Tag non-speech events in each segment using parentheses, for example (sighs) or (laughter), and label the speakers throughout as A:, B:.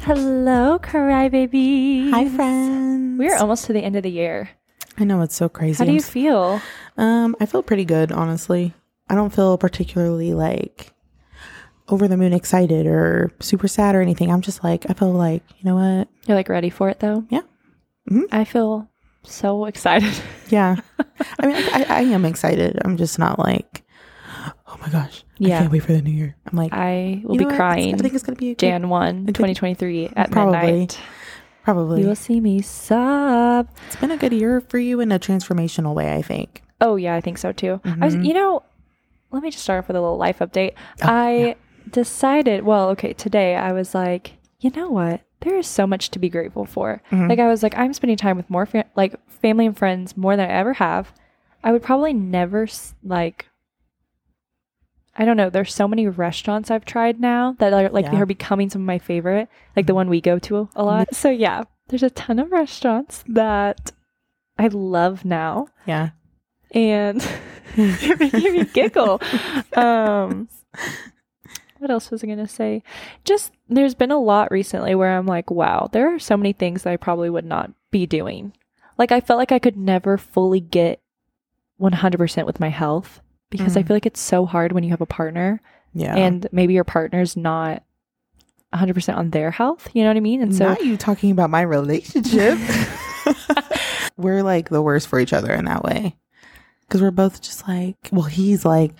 A: Hello, crybaby.
B: Hi, friends.
A: We're almost to the end of the year.
B: I know it's so crazy.
A: How do
B: I'm
A: you
B: s-
A: feel?
B: um, I feel pretty good, honestly. I don't feel particularly like over the moon excited or super sad or anything. I'm just like, I feel like, you know what?
A: You're like ready for it though?
B: Yeah. Mhm.
A: I feel so excited. (laughs)
B: Yeah. I mean, I, I am excited. I'm just not like, oh my gosh,
A: Yeah.
B: I can't wait for the new year. I'm like,
A: I will
B: you
A: be
B: know what?
A: crying
B: I think it's gonna be a good-
A: Jan 1,
B: good-
A: 2023 at
B: Probably.
A: midnight.
B: probably.
A: You will see me sob.
B: It's been a good year for you in a transformational way. I think.
A: Oh yeah, I think so too. I was, you know, let me just start off with a little life update. I decided, well, okay, today I was like, you know what? There is so much to be grateful for. Like I was like, I'm spending time with more fa- like family and friends more than I ever have. I would probably never s- like. I don't know. There's so many restaurants I've tried now that are like
B: Yeah.
A: they are becoming some of my favorite, like the one we go to a lot. So yeah, there's a ton of restaurants that I love now
B: Yeah.
A: and (laughs) you're making me giggle. Um, what else was I going to say? Just there's been a lot recently where I'm like, wow, there are so many things that I probably would not be doing. Like, I felt like I could never fully get 100% with my health because I feel like it's so hard when you have a partner
B: Mm. Yeah.
A: and maybe your partner's not 100% on their health. You know what I mean? And so,
B: now you talking about
A: (laughs)
B: my relationship. we're like the worst for each other in that way. Cause we're both just like, well, he's like,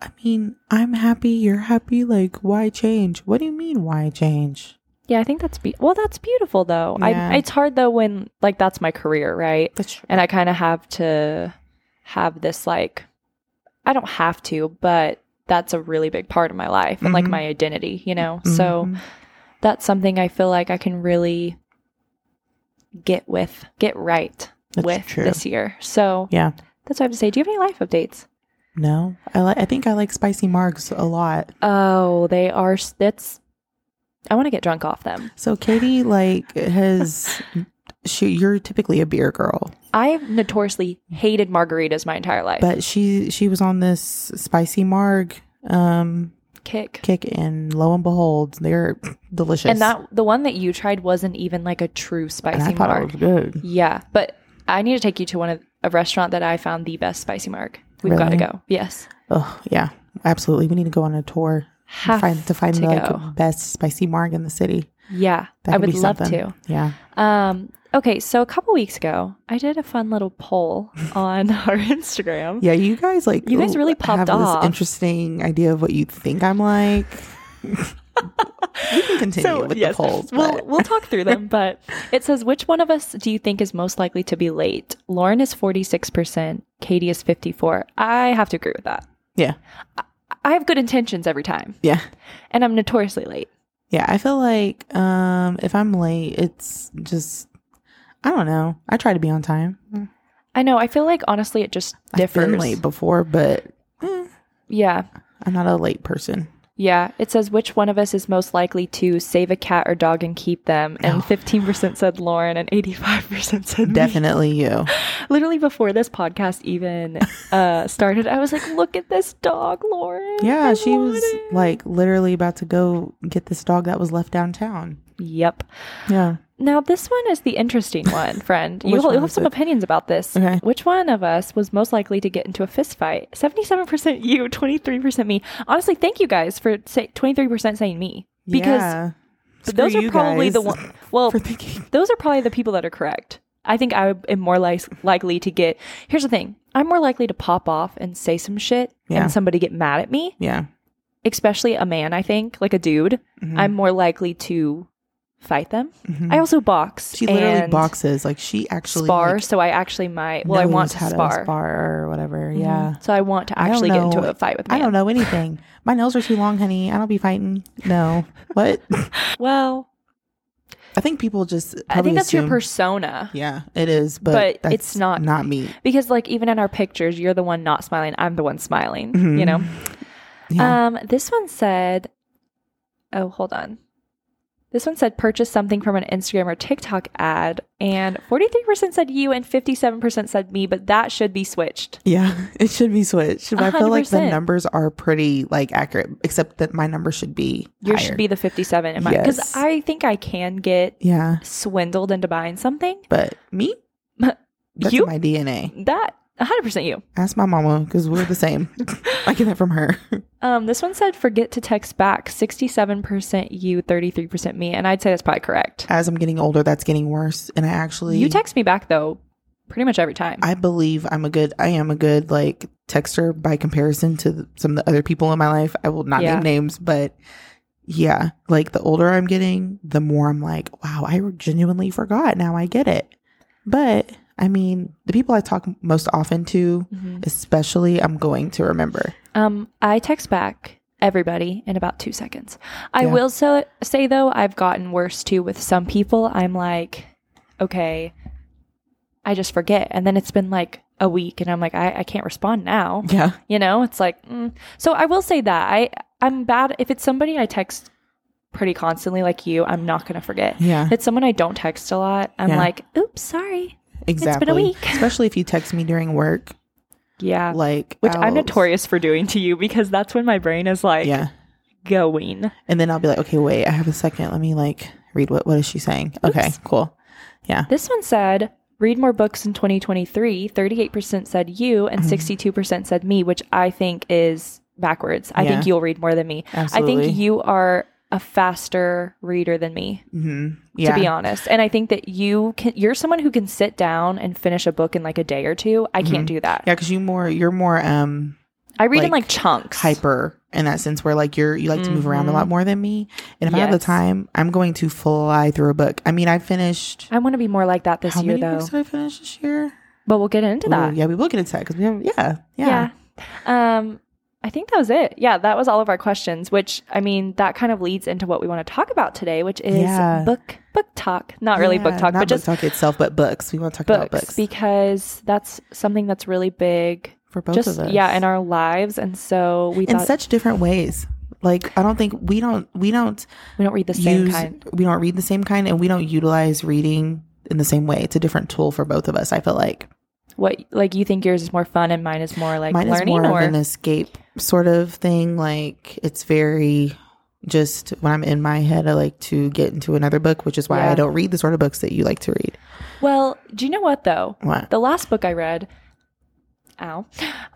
B: I mean, I'm happy, you're happy, like, why change? What do you mean why change?
A: yeah, I think that's be- well, that's beautiful though.
B: Yeah.
A: I, it's hard though when like that's my career, right?
B: That's true.
A: and I kind of have to have this like I don't have to, but that's a really big part of my life and like
B: Mhm.
A: my identity, you know.
B: Mm-hmm.
A: So that's something I feel like I can really get with, get right
B: That's
A: with
B: true.
A: this year. So
B: yeah.
A: that's what I have to say. Do you have any life updates?
B: No. I like I think I like spicy margs a lot.
A: Oh, they are. s- That's. I want to get drunk off them.
B: So Katie like
A: (laughs)
B: has she you're typically a beer girl.
A: I've notoriously hated margaritas my entire life.
B: But she she was on this spicy marg um
A: Kick.
B: kick and lo and behold, they're delicious.
A: And that the one that you tried wasn't even like a true
B: And
A: spicy
B: I thought
A: marg.
B: it was good.
A: Yeah, but I need to take you to one of a restaurant that I found the best spicy marg. We've got to
B: Really?
A: go. Yes,
B: Oh yeah, absolutely. We need to go on a tour to
A: have
B: find, to find the like,
A: go.
B: best spicy marg in the city.
A: Yeah,
B: That
A: I
B: could
A: would
B: be
A: love
B: something. Yeah,
A: to. Um, okay, so a couple weeks ago, I did a fun little poll on (laughs) our Instagram.
B: yeah. You guys like
A: You guys really
B: have
A: popped
B: this
A: off.
B: interesting idea of what you think
A: (laughs)
B: I'm like. you can continue
A: So
B: with
A: yes,
B: the polls.
A: we'll
B: but-
A: we'll talk through them.
B: (laughs)
A: But it says, which one of us do you think is most likely to be late? Lauren is forty six percent. Katie is fifty four. I have to agree with that.
B: yeah,
A: I have good intentions every time,
B: yeah,
A: and I'm notoriously late.
B: yeah. I feel like um if I'm late, it's just I don't know. I try to be on time.
A: I know. I feel like honestly, it just differs.
B: I've been late before, but eh,
A: Yeah.
B: I'm not a
A: (laughs)
B: late person.
A: Yeah. It says which one of us is most likely to save a cat or dog and keep them. And fifteen percent said Lauren and eighty five percent said me.
B: Definitely you.
A: Literally before this podcast even uh started, I was like, Look at this dog, Lauren.
B: Yeah,
A: I
B: she
A: want
B: was
A: it."
B: like literally about to go get this dog that was left downtown.
A: Yep.
B: Yeah.
A: Now this one is the interesting one,
B: (laughs)
A: friend.
B: Which
A: You'll,
B: one
A: you'll have
B: is
A: some
B: it?
A: opinions about this.
B: Okay.
A: Which one of us was most likely to get into a fist fight? Seventy-seven percent you, twenty-three percent me. Honestly, thank you guys for say twenty-three percent saying me because
B: Yeah.
A: But
B: Screw
A: those are
B: you
A: probably the (laughs)
B: guys
A: one. Well,
B: for thinking.
A: those are probably the people that are correct. I think I am more like, likely to get. Here's the thing: I'm more likely to pop off and say some shit,
B: Yeah.
A: and somebody get mad at me.
B: Yeah.
A: Especially a man, I think, like a dude.
B: Mm-hmm.
A: I'm more likely to fight them. I also box.
B: She literally
A: and
B: boxes. Like she actually
A: spar,
B: like,
A: so I actually might. Well, I
B: knows
A: want to
B: how
A: spar.
B: to spar or whatever. Yeah.
A: So I want to
B: I don't
A: actually get into
B: know-
A: a fight with. A
B: I
A: man.
B: don't
A: (laughs)
B: know anything. My nails are too long, honey. I don't be fighting. No.
A: (laughs)
B: What?
A: Well,
B: I think people just
A: I
B: probably
A: think that's your
B: assume-
A: persona.
B: Yeah, it is, but,
A: But
B: that's
A: it's not-
B: not me.
A: Because like even in our pictures, you're the one not smiling. I'm the one smiling. You
B: Mhm.
A: know. Uh,
B: Yeah.
A: Um, this one said, "Oh, hold on." This one said purchase something from an Instagram or TikTok ad, and 43% said you and 57% said me, but that should be switched.
B: Yeah, (laughs) it should be switched. But I feel like the
A: 100%.
B: numbers are pretty like accurate, except that my number should be
A: Yours
B: higher.
A: should be the 57 in mine because
B: Yes.
A: I think I can get
B: yeah.
A: swindled into buying something.
B: But me, that's
A: you?
B: my DNA.
A: That 100% you.
B: Ask my mama because we're
A: (laughs)
B: the same. I get that from her.
A: Um, this one said forget to text back. 67% you, 33% me, and I'd say that's probably correct.
B: As I'm getting older, that's getting worse, and I actually
A: You text me back though, pretty much every time.
B: I believe I'm a good. I am a good like texter by comparison to th- some of the other people in my life. I will not
A: Yeah.
B: name names, but yeah, like the older I'm getting, the more I'm like, wow, I genuinely forgot. Now I get it. But I mean, the people I talk most often to,
A: Mhm.
B: especially, I'm going to
A: (laughs)
B: remember.
A: Um, I text back everybody in about two seconds. I
B: Yeah.
A: will so, say though, I've gotten worse too with some people. I'm like, okay, I just forget, and then it's been like a week, and I'm like, I, I can't respond
B: (laughs)
A: now.
B: Yeah,
A: You know, it's like, mm. so I will say that I I'm bad if it's somebody I text pretty constantly, like you. I'm not gonna forget.
B: yeah,
A: If it's someone I don't text a lot, I'm
B: Yeah.
A: like, oops, sorry.
B: exactly.
A: week. (laughs)
B: especially if you text me during work,
A: Yeah.
B: like
A: Which I'm
B: I'll-
A: notorious for doing to you because that's when my brain is like
B: Yeah,
A: going.
B: and then I'll be like, okay, wait, I have a second. Let me like read what what is she saying. Okay,
A: Oops.
B: cool.
A: This one said, read more books in 2023. 38% said you and
B: Mhm.
A: 62% said me, which I think is backwards. I think
B: Yeah.
A: you'll read more than me.
B: Absolutely.
A: I think you are a faster reader than me,
B: hmm Yeah.
A: to be honest. And I think that you can you're someone who can sit down and finish a book in like a day or two. I can't
B: Mhm.
A: do that.
B: Yeah, because you more you're more um
A: I read in
B: Like,
A: like chunks.
B: hyper in that sense where like you're you like to move around a
A: Mhm.
B: lot more than me. And if I have the
A: Yes.
B: time, I'm going to fly through a book. I mean, I finished
A: I want to be more like that this
B: how
A: year
B: many
A: though.
B: books did I finish this year?
A: But we'll get into
B: Ooh,
A: that.
B: yeah, we will get into that because we have yeah yeah.
A: yeah. Um, I think that was it. Yeah, that was all of our questions, which I mean, that kind of leads into what we want to talk about today, which is
B: Yeah.
A: book book talk. Not really book
B: Yeah,
A: talk,
B: not
A: but
B: book
A: just
B: talk itself, but books. We want to talk about
A: books,
B: books
A: because that's something that's really big.
B: for both
A: just
B: of us.
A: yeah, in our lives, and so we
B: in
A: thought
B: such different ways. Like I don't think we don't we don't
A: we don't read the same
B: use-
A: kind.
B: We don't read the same kind, and we don't utilize reading in the same way. It's a different tool for both of us. I feel like
A: What like you think yours is more fun, and mine is more like
B: mine is
A: learning,
B: more
A: or
B: of an escape sort of thing. Like it's very just when I'm in my head, I like to get into another book, which is why I
A: Yeah.
B: don't read the sort of books that you like to read.
A: well, do you know what though?
B: What?
A: The last book I read, ow,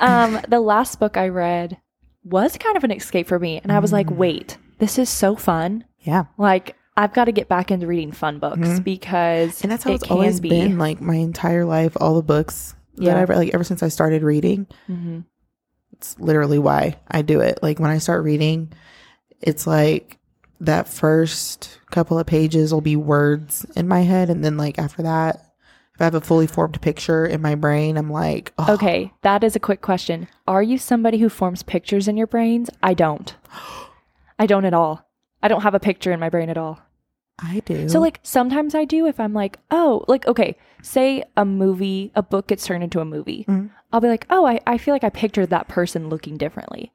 A: um, the last book I read was kind of an escape for me. And I was like,
B: Mm.
A: wait, this is so fun.
B: Yeah,
A: Like, I've got to get back into reading fun books
B: Mhm.
A: because
B: and that's how
A: it
B: it's
A: can
B: always
A: be.
B: been. Like my entire life, all the books that
A: Yeah.
B: I've read, like ever since I started reading, (gasps)
A: Mhm.
B: it's literally why I do it. Like when I start reading, it's like that first couple of pages will be words in my head, and then like after that, if I have a fully formed picture in my brain, I'm like, oh,
A: Okay, that is a quick question. Are you somebody who forms pictures in your brains? I
B: (gasps)
A: don't. I don't at all. I don't have a picture in my brain at all.
B: I do.
A: So like sometimes I do if I'm like, oh, like okay, say a movie, a book gets turned into a movie.
B: Mhm.
A: I'll be like, oh, I, I feel like I pictured that person looking differently.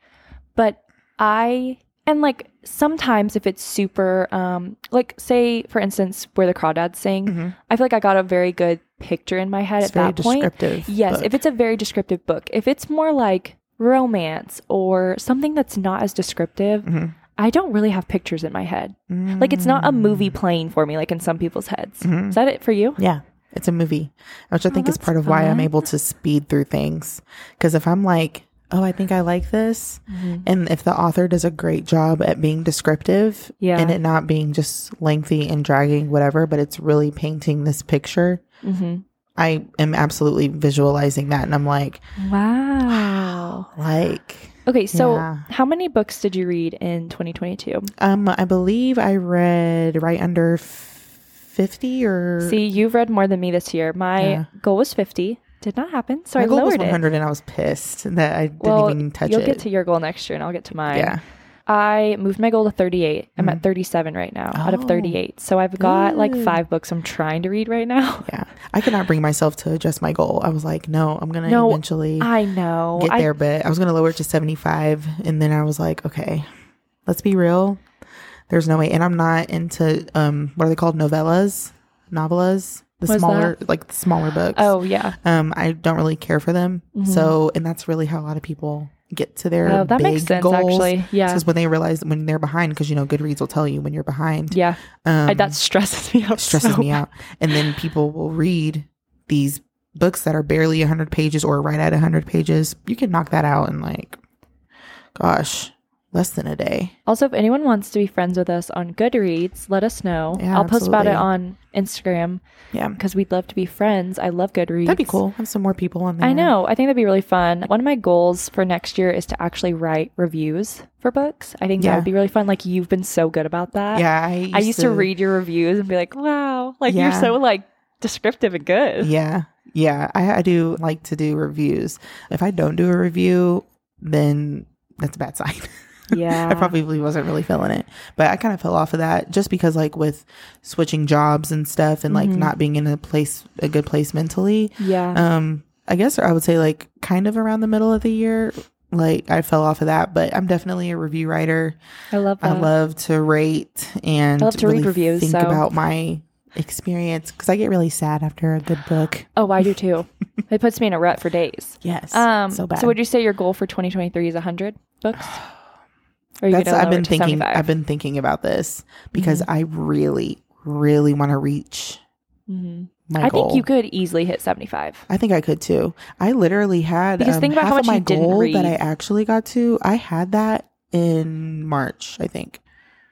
A: But I and like sometimes if it's super um like say for instance where the crawdads sing,
B: Mhm.
A: I feel like I got a very good picture in my head
B: it's
A: at
B: very
A: that point.
B: descriptive.
A: Yes,
B: book.
A: if it's a very descriptive book. If it's more like romance or something that's not as descriptive,
B: Mhm.
A: I don't really have pictures in my head. Like it's not a
B: Mm.
A: movie playing for me, like in some people's heads.
B: Mhm.
A: Is that it for you?
B: Yeah. It's a movie, which I
A: Oh,
B: think is
A: that's
B: part of why I'm
A: fun.
B: able to speed through things. Because if I'm like, oh, I think I like this,
A: Mm-hmm.
B: and if the author does a great job at being descriptive
A: Yeah.
B: and it not being just lengthy and dragging, whatever, but it's really painting this picture,
A: Mm-hmm.
B: I am absolutely visualizing that. And I'm like,
A: Wow.
B: like,
A: Okay, so
B: Yeah.
A: how many books did you read in 2022?
B: um, I believe I read right under f- 50 or.
A: See, you've read more than me this year. My
B: Yeah.
A: goal was 50. Did not happen, so
B: my
A: I
B: goal was
A: lowered it.
B: 100 and I was pissed that I didn't
A: Well,
B: even touch
A: You'll
B: it.
A: get to your goal next year, and I'll get to mine.
B: yeah. Mm.
A: I moved my goal to 38. I'm at 37 right now, out of
B: Oh,
A: 38. So I've got like
B: good.
A: five books I'm trying to read right now.
B: Yeah. I could not bring myself to adjust my goal. I was like, no, I'm going to
A: No,
B: eventually
A: (laughs) I know.
B: get
A: I
B: there, but I was going to lower it to 75. And then I was like, okay, let's be real. There's no way. And I'm not into um what are they called? Novellas, novellas, the
A: What is
B: smaller like the smaller books.
A: Oh yeah.
B: Um, I don't really care for them.
A: Mhm.
B: So, and that's really how a lot of people get to their
A: Oh, that
B: big
A: makes sense
B: goals.
A: actually. Yeah.
B: Because when they realize when they're behind, because you know Goodreads will tell you when you're behind.
A: yeah.
B: Um,
A: I, that stresses (laughs) me out.
B: stresses
A: so
B: me out. And then people will read these books that are barely 100 pages or right at 100 pages. You can knock that out in like, gosh, less than a day.
A: Also, if anyone wants to be friends with us on Goodreads, let us know.
B: Yeah,
A: I'll post about it
B: absolutely.
A: on Instagram
B: Yeah.
A: because we'd love to be friends. I love Goodreads.
B: That'd be cool. Have some more people on there.
A: I know. I think that'd be really fun. One of my goals for next year is to actually write reviews for books. I think
B: Yeah.
A: that would be really fun. Like you've been so good about that.
B: Yeah. I
A: I used to, read your reviews and be like, "Wow, like you're
B: Yeah.
A: so like descriptive and good."
B: Yeah. (laughs) Yeah. I, I do like to do reviews. If I don't do a review, then that's a bad sign. (laughs)
A: Yeah.
B: I probably wasn't really feeling it, but I kind of fell off of that just because, like, with switching jobs and stuff, and like
A: Mhm.
B: not being in a place, a good place mentally.
A: yeah.
B: Um, I guess I would say like kind of around the middle of the year, like I fell off of that, but I'm definitely a review writer.
A: I love that.
B: I love to rate and
A: I love to read reviews,
B: Think
A: so-
B: about my experience because I get really sad after a good book.
A: oh,
B: (laughs)
A: I do too. it puts me in a rut for days.
B: Yes,
A: Um,
B: so
A: so,
B: bad.
A: would you say your goal for 2023 is 100 books?
B: (sighs)
A: Or
B: That's
A: gonna
B: I've
A: lower
B: been
A: it to
B: thinking.
A: 75?
B: I've been thinking about this because I really, really want to reach
A: Mhm.
B: my
A: I
B: goal.
A: think you could easily hit 75.
B: I think I could too. I literally had
A: Because
B: um,
A: think about
B: half
A: how
B: of
A: much
B: my
A: you didn't
B: goal that I
A: read.
B: actually got to. I had that in March, I think.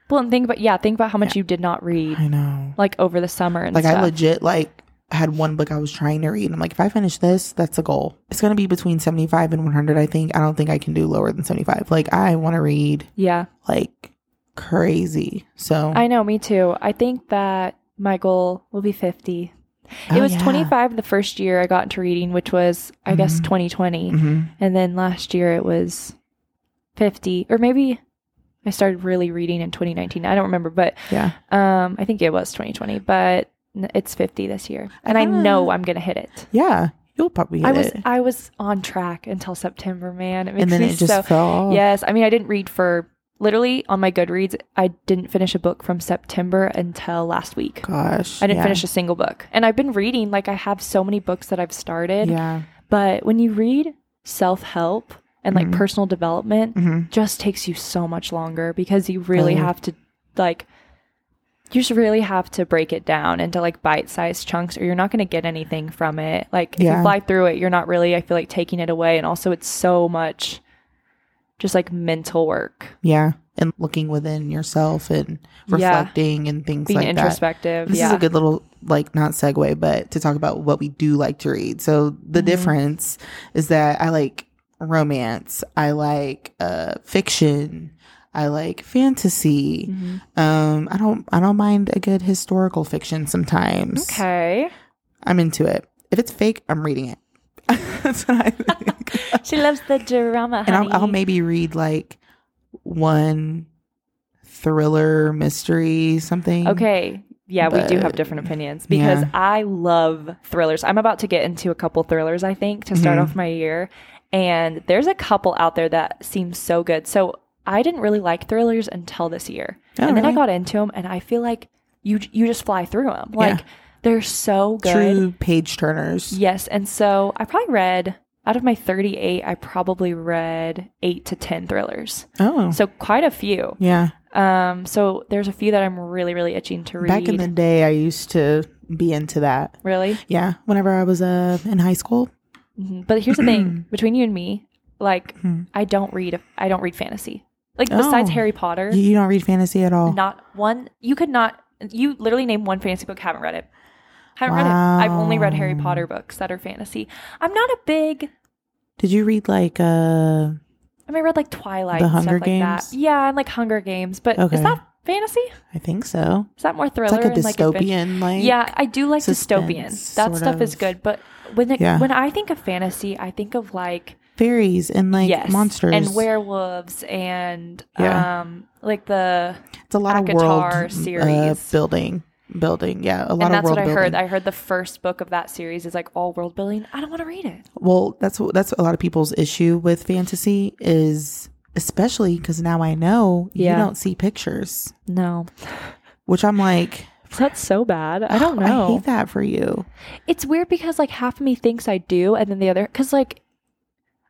A: Well, and think about yeah, think about how much you did not read
B: I know.
A: like over the summer and
B: Like
A: stuff.
B: I legit like had one book I was trying to read. And I'm like, if I finish this, that's a goal. It's gonna be between 75 and 100. I think. I don't think I can do lower than 75. Like I want to read
A: yeah,
B: like crazy. So
A: I know. Me too. I think that my goal will be 50. it
B: Oh,
A: was
B: yeah.
A: 25 the first year I got into reading, which was I guess
B: Mhm.
A: 2020,
B: Mhm.
A: and then last year it was 50, or maybe I started really reading in 2019. I don't remember, but
B: Yeah.
A: Um, I think it was 2020, but n- it's 50 this year, and I
B: kinda-
A: know I'm gonna hit it.
B: Yeah. You'll probably. Hit
A: I was
B: it.
A: I was on track until September, man. It makes
B: And then
A: me
B: it just
A: so.
B: fell off.
A: Yes, I mean I didn't read for literally on my Goodreads. I didn't finish a book from September until last week.
B: Gosh.
A: I didn't
B: yeah.
A: finish a single book, and I've been reading. Like I have so many books that I've started,
B: Yeah.
A: but when you read self help and like
B: Mhm.
A: personal development,
B: hmm
A: just takes you so much longer because you really
B: Oh.
A: have to like you just really have to break it down into like bite-sized chunks or you're not going to get anything from it like if
B: Yeah.
A: you fly through it you're not really i feel like taking it away and also it's so much just like mental work
B: Yeah. And looking within yourself and
A: Yeah.
B: reflecting and things
A: being
B: like that.
A: introspective
B: This
A: yeah
B: is a good little like not segue, but to talk about what we do like to read. So the
A: Mhm.
B: difference is that I like romance, I like uh fiction, I like fantasy.
A: Mhm.
B: Um I don't I don't mind a good historical fiction sometimes. (laughs)
A: okay
B: I'm into it. If it's fake, I'm reading it. (laughs)
A: (laughs)
B: That's what I think.
A: she loves the drama
B: and I'll, I'll
A: honey.
B: maybe read like one thriller mystery something
A: Okay. Yeah, we do have
B: But-
A: different opinions because
B: yeah.
A: I love thrillers. I'm about to get into a couple thrillers, I think, to start
B: Mhm.
A: off my year. And there's a couple out there that seem so good. So I didn't really like thrillers until this year.
B: Oh,
A: and then
B: really?
A: I got into them and I feel like you you just fly through them.
B: Yeah.
A: Like they're so good.
B: true page turners
A: Yes. And so I probably read out of my 38, I probably read 8 to 10 thrillers.
B: oh
A: So quite a few.
B: yeah
A: Um so there's a few that I'm really really itching to read.
B: back in the day i used to be into that
A: Really?
B: yeah whenever i was uh in high school
A: hmm But here's the
B: (clears throat)
A: thing between you and me, like
B: Mhm.
A: I don't read I don't read fantasy. Like besides
B: Oh.
A: Harry Potter,
B: you, you don't read fantasy at all
A: not one you could not you literally name one fantasy book haven't read it. Haven't read it. I've only read Harry
B: Wow.
A: Potter books that are fantasy. I'm not a big
B: did you read like uh
A: I mean I read like Twilight
B: The
A: and
B: Hunger
A: stuff like
B: Games?
A: that. Yeah, and like Hunger Games, but
B: Okay.
A: is that fantasy?
B: i think so
A: Is that more
B: it's
A: thriller
B: like a
A: and adventure?
B: dystopian like,
A: yeah i do like
B: suspense,
A: dystopian that
B: sort
A: stuff is
B: of.
A: good but when it,
B: Yeah.
A: when i think of fantasy i think of like
B: fairies and like monsters
A: and werewolves and
B: Yeah.
A: um like the
B: it's a lot of
A: Akatar
B: world uh,
A: series.
B: building building yeah a
A: and
B: lot of
A: that's
B: world
A: what I
B: building.
A: heard. I heard the first book of that series is like all world building. I don't want to read it.
B: Well, that's that's a lot of people's issue with fantasy is especially because now I know
A: Yeah.
B: you don't see pictures,
A: No.
B: which I'm like,
A: That's so bad. I don't know.
B: (gasps) I hate that for you.
A: It's weird because like half of me thinks I do, and then the other because like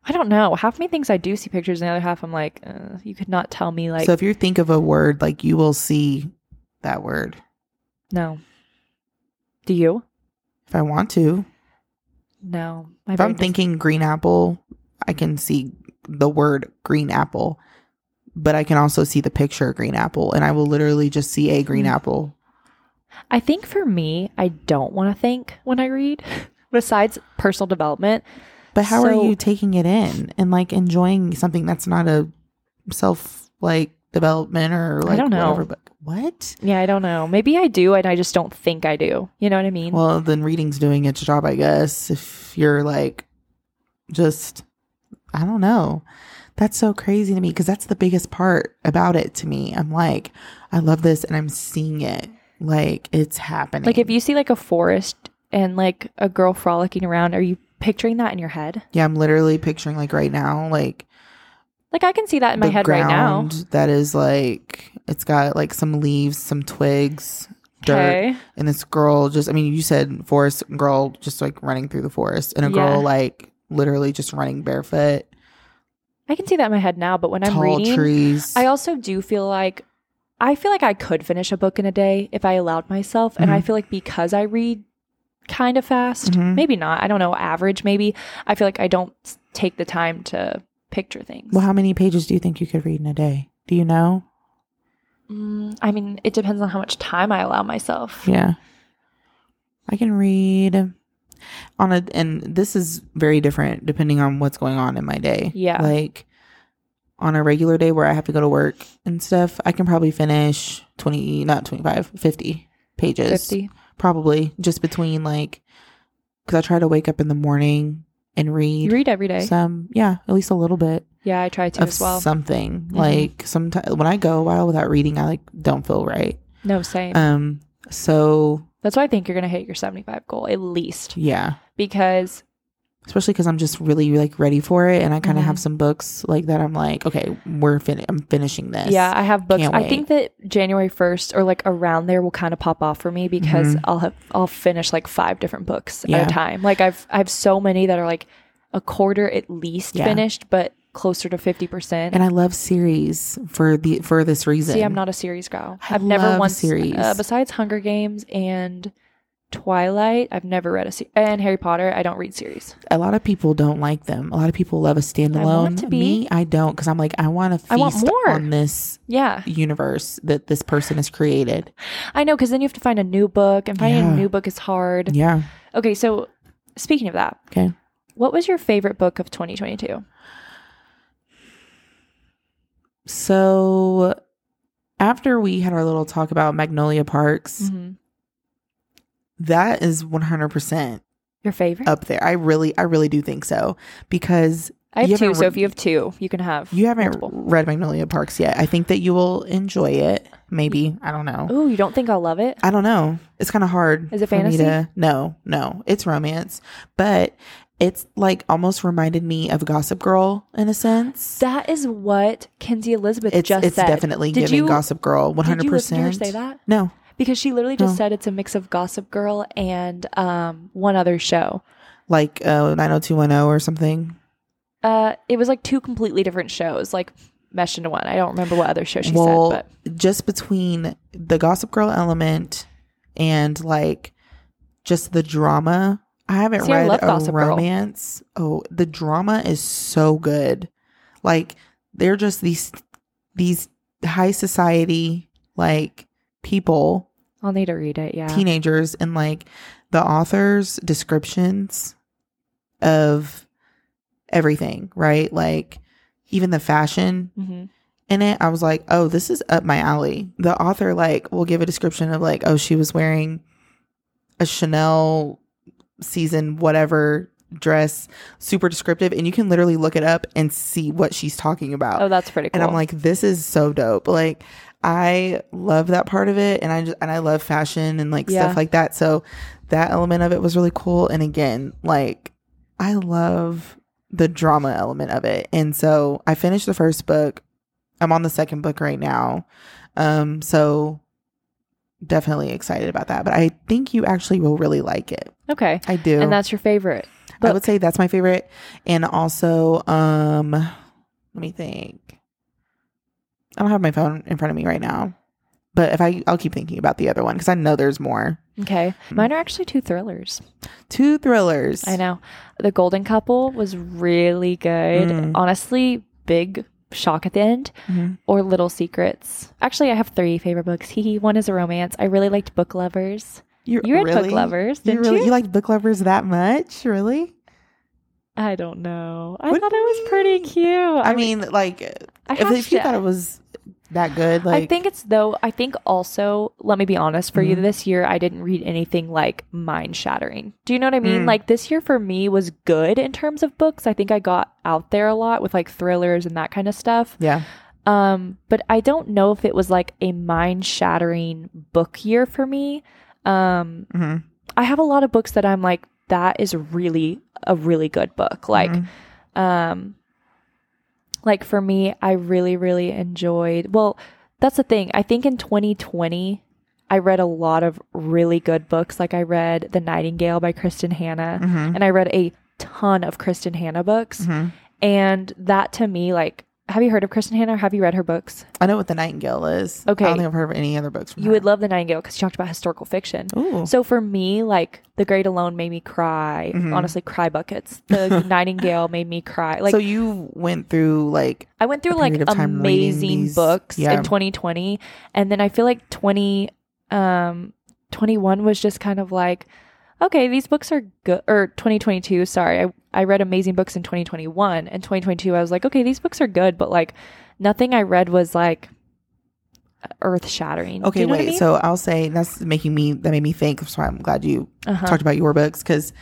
A: I don't know. Half of me thinks I do see pictures, and the other half I'm like, uh, you could not tell me like
B: so if you think of a word, like you will see that word
A: no. Do you?
B: if I want to.
A: No. My
B: If
A: brain
B: I'm
A: doesn't-
B: thinking green apple, I can see the word green apple, but I can also see the picture green apple, and I will literally just see a green
A: Mm.
B: apple.
A: I think for me, I don't want to think when I read. (laughs) Besides personal development,
B: But how
A: So-
B: are you taking it in and like enjoying something that's not a self like development or like
A: don't know.
B: whatever? But what?
A: yeah, I don't know. Maybe I do, and I just don't think I do. You know what I mean?
B: Well, then reading's doing its job, I guess. If you're like, just, I don't know. That's so crazy to me because that's the biggest part about it to me. I'm like, I love this and I'm seeing it. Like, it's happening.
A: like if you see like a forest and like a girl frolicking around, are you picturing that in your head?
B: yeah, I'm literally picturing like right now, like
A: Like I can see that in my
B: the
A: head right now.
B: ground that is like, it's got like some leaves, some twigs, dirt.
A: Okay.
B: and this girl just i mean you said forest girl just like running through the forest and a
A: Yeah.
B: girl like literally just running barefoot
A: I can see that in my head now, but when I'm
B: tall
A: reading,
B: trees
A: I also do feel like I feel like I could finish a book in a day if I allowed myself. And
B: Mm-hmm.
A: I feel like because I read kind of fast,
B: Mhm.
A: maybe not, I don't know, average maybe, I feel like I don't s- take the time to picture things.
B: well how many pages do you think you could read in a day do you know
A: Mm, I mean, it depends on how much time I allow myself.
B: yeah i can read on a and this is very different depending on what's going on in my day
A: Yeah.
B: like on a regular day where i have to go to work and stuff i can probably finish 20 not 25 50 pages
A: 50.
B: probably just between like because i try to wake up in the morning and read,
A: You read every day.
B: some yeah at least a little bit
A: yeah, I try to
B: of
A: as well.
B: something
A: Mhm.
B: like sometimes when i go a while without reading i like don't feel right
A: no, same.
B: um so
A: That's why I think you're going to hit your 75 goal at least
B: yeah
A: because
B: especially because i'm just really like ready for it and i kind of
A: Mhm.
B: have some books like that i'm like okay we're fin- i'm finishing this
A: Yeah, I have books.
B: Can't
A: I think that January first or like around there will kind of pop off for me because
B: Mhm.
A: I'll have I'll finish like five different books
B: Yeah.
A: at a time. Like I've I have so many that are like a quarter at least
B: Yeah.
A: finished, but closer to fifty percent.
B: and i love series for the for this reason
A: See, I'm not a series gal.
B: I
A: I've never
B: love
A: once
B: series.
A: Uh, besides Hunger Games and Twilight, I've never read a series. And Harry Potter, I don't read series.
B: a lot of people don't like them. A lot of people love a standalone.
A: to be.
B: Me, I don't because I'm like I want to feast
A: I want more.
B: on this
A: Yeah,
B: universe that this person has created.
A: I know because then you have to find a new book, and finding
B: Yeah.
A: a new book is hard.
B: Yeah.
A: Okay, so speaking of that,
B: Okay.
A: what was your favorite book of 2022?
B: So after we had our little talk about Magnolia Parks,
A: Mm-hmm.
B: that is 100%
A: Your favorite?
B: up there. I really I really do think so because
A: I have
B: you
A: two.
B: haven't
A: so
B: re-
A: if you have two, you can have.
B: you haven't
A: Multiple.
B: read Magnolia Parks yet. I think that you will enjoy it. Maybe, I don't know.
A: Oh, you don't think I'll love it?
B: I don't know. It's kind of hard.
A: Is it
B: for me
A: fantasy?
B: to- no, no. It's romance, but it's like almost reminded me of Gossip Girl in a sense.
A: That is what Kinsey Elizabeth
B: it's
A: just
B: it's
A: said.
B: definitely
A: Did
B: giving
A: you-
B: Gossip Girl one
A: Did
B: hundred
A: you listen to her
B: percent.
A: say that?
B: No,
A: Because she literally just
B: No.
A: said it's a mix of Gossip Girl and um, one other show.
B: like uh, nine hundred two one zero or something.
A: Uh, it was like two completely different shows, like meshed into one. I don't remember what other show she
B: well,
A: said,
B: just between the Gossip Girl element and like just the drama. I haven't
A: See, I
B: read
A: love
B: a
A: Gossip Girl.
B: romance. Oh, the drama is so good. Like they're just these these high society like people,
A: but I'll need to read it. Yeah.
B: teenagers, and like the author's descriptions of everything, right? Like even the fashion
A: hmm
B: in it, I was like, oh, this is up my alley. The author like will give a description of like, oh, she was wearing a Chanel season whatever dress, super descriptive, and you can literally look it up and see what she's talking about.
A: Oh, that's pretty cool.
B: and I'm like, this is so dope. Like, I love that part of it, and I just and I love fashion and like
A: Yeah.
B: stuff like that. So that element of it was really cool. And again, like, I love the drama element of it. And so I finished the first book. I'm on the second book right now. Um, so definitely excited about that. But I think you actually will really like it.
A: Okay.
B: I do.
A: And that's your favorite.
B: I would say that's my favorite. And also, um, let me think. I don't have my phone in front of me right now, but if I, I'll keep thinking about the other one because I know there's more.
A: Okay.
B: Mm-hmm.
A: Mine are actually two thrillers.
B: Two thrillers.
A: I know. The Golden Couple was really good.
B: Mm.
A: Honestly, big shock at the end
B: Mhm.
A: or Little Secrets. Actually, I have three favorite books. Hee One is a romance. I really liked Book Lovers.
B: You,
A: You read Book Lovers,
B: You
A: didn't
B: really, (laughs)
A: you?
B: you like book lovers that much? Really?
A: I don't know. I
B: What
A: thought it
B: do you
A: was pretty
B: mean?
A: cute.
B: I, mean, like,
A: I
B: if, if you
A: to-
B: thought it was that good, like,
A: I think it's though. I think also. Let me be honest for you.
B: Mhm.
A: This year, I didn't read anything like mind shattering. Do you know what I mean?
B: Mm.
A: Like this year for me was good in terms of books. I think I got out there a lot with like thrillers and that kind of stuff.
B: yeah,
A: Um, but I don't know if it was like a mind shattering book year for me. Um,
B: Mhm.
A: I have a lot of books that I'm like, that is really a really good book. Like,
B: Mhm.
A: um, like for me, I really, really enjoyed. Well, that's the thing. I think in 2020, I read a lot of really good books. Like I read The Nightingale by Kristen Hanna,
B: Mhm.
A: and I read a ton of Kristen Hanna books.
B: Mhm.
A: And that to me, like, have you heard of Kristen Hanna? Or have you read her books?
B: I know what the Nightingale is.
A: Okay.
B: I don't think I've heard of any other books. From
A: You would love The Nightingale because she talked about historical fiction.
B: Ooh.
A: So for me, like The Great Alone made me cry.
B: Mhm.
A: Honestly, cry buckets. The Nightingale made me cry. Like
B: so you went through like
A: I went through
B: a
A: like
B: period of time reading
A: amazing
B: these-
A: books
B: yeah.
A: in 2020, and then I feel like 20, um, 21 was just kind of like, okay, these books are good. Or 2022, sorry, I I read amazing books in 2021, and 2022 I was like, okay, these books are good, but like nothing I read was like earth shattering.
B: okay,
A: you know
B: wait.
A: what I mean?
B: So I'll say that's making me that made me think. So I'm glad you
A: Uh-huh.
B: talked about your books because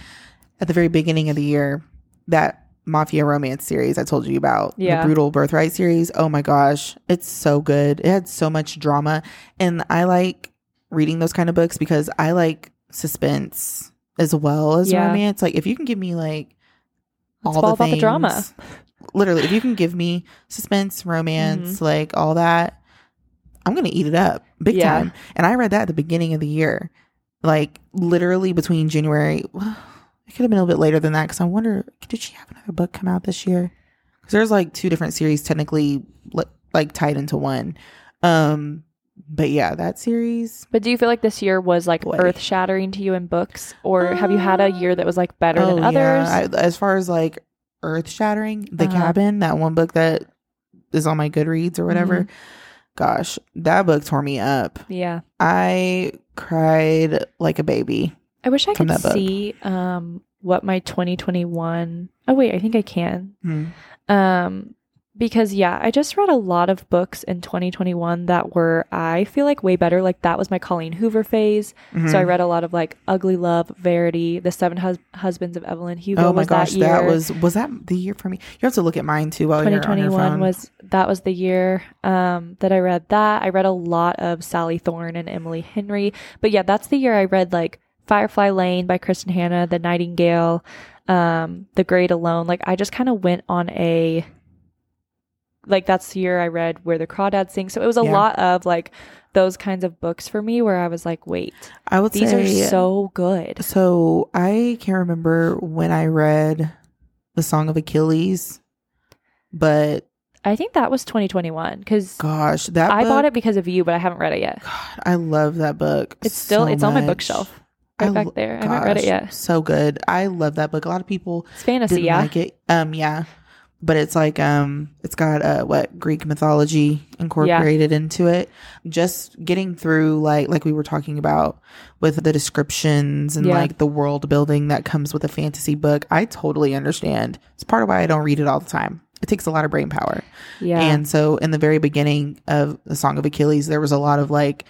B: at the very beginning of the year, that mafia romance series I told you about,
A: Yeah.
B: the brutal birthright series. Oh my gosh, it's so good. It had so much drama, and I like reading those kind of books because I like suspense as well as
A: Yeah.
B: romance. Like if you can give me like
A: It's all about the drama.
B: Literally, if you can give me suspense, romance,
A: Mm-hmm.
B: like all that, I'm gonna eat it up big
A: Yeah.
B: time. And I read that at the beginning of the year, like literally between January. (sighs) it could have been a little bit later than that because I wonder did she have another book come out this year? Because there's like two different series technically li- like tied into one. Um, but yeah, that series.
A: But do you feel like this year was like
B: Boy.
A: earth shattering to you in books, or have you had a year that was like better
B: Oh,
A: than
B: yeah.
A: others?
B: I- as far as like earth shattering, The
A: Uh-huh.
B: Cabin, that one book that is on my Goodreads or whatever.
A: Mm-hmm.
B: Gosh, that book tore me up.
A: yeah,
B: I cried like a baby.
A: I wish I
B: From
A: could
B: that book.
A: see um what my 2021. Oh wait, I think I can. Um, because yeah, I just read a lot of books in 2021 that were I feel like way better. Like that was my Colleen Hoover phase.
B: Mm-hmm.
A: So I
B: Hmm.
A: read a lot of like Ugly Love, Verity, The Seven Hus- Husbands of Evelyn Hugo.
B: oh my
A: was
B: gosh,
A: that, year.
B: that, was was that the year for me? You have to look at mine too while you're on your
A: 2021
B: phone.
A: was that was the year um, that I read that. I read a lot of Sally Thorne and Emily Henry, but yeah, that's the year I read like Firefly Lane by Kristen Hanna, The Nightingale, um, The Great Alone. Like I just kind of went on a like that's the year I read Where the Crawdads Sing. So it was a
B: Yeah.
A: lot of like those kinds of books for me where I was like, wait,
B: I would
A: these
B: say
A: are so good.
B: So I can't remember when I read the Song of Achilles, but
A: I think that was 2021 because
B: gosh, that
A: I
B: book,
A: bought it because of you, but I haven't read it yet.
B: God, I love that book.
A: It's still
B: so
A: it's on my
B: much.
A: bookshelf.
B: I
A: Right back
B: lo-
A: there. I haven't read it
B: gosh,
A: yet.
B: So good. I love that book. A lot of people
A: It's fantasy,
B: didn't
A: yeah.
B: like it. Um, yeah, but it's like um, it's got uh, what Greek mythology incorporated into it. Just getting through like like we were talking about with the descriptions and
A: Yeah.
B: like the world building that comes with a fantasy book. I totally understand. It's part of why I don't read it all the time. It takes a lot of brain power.
A: yeah.
B: And so in the very beginning of the Song of Achilles, there was a lot of like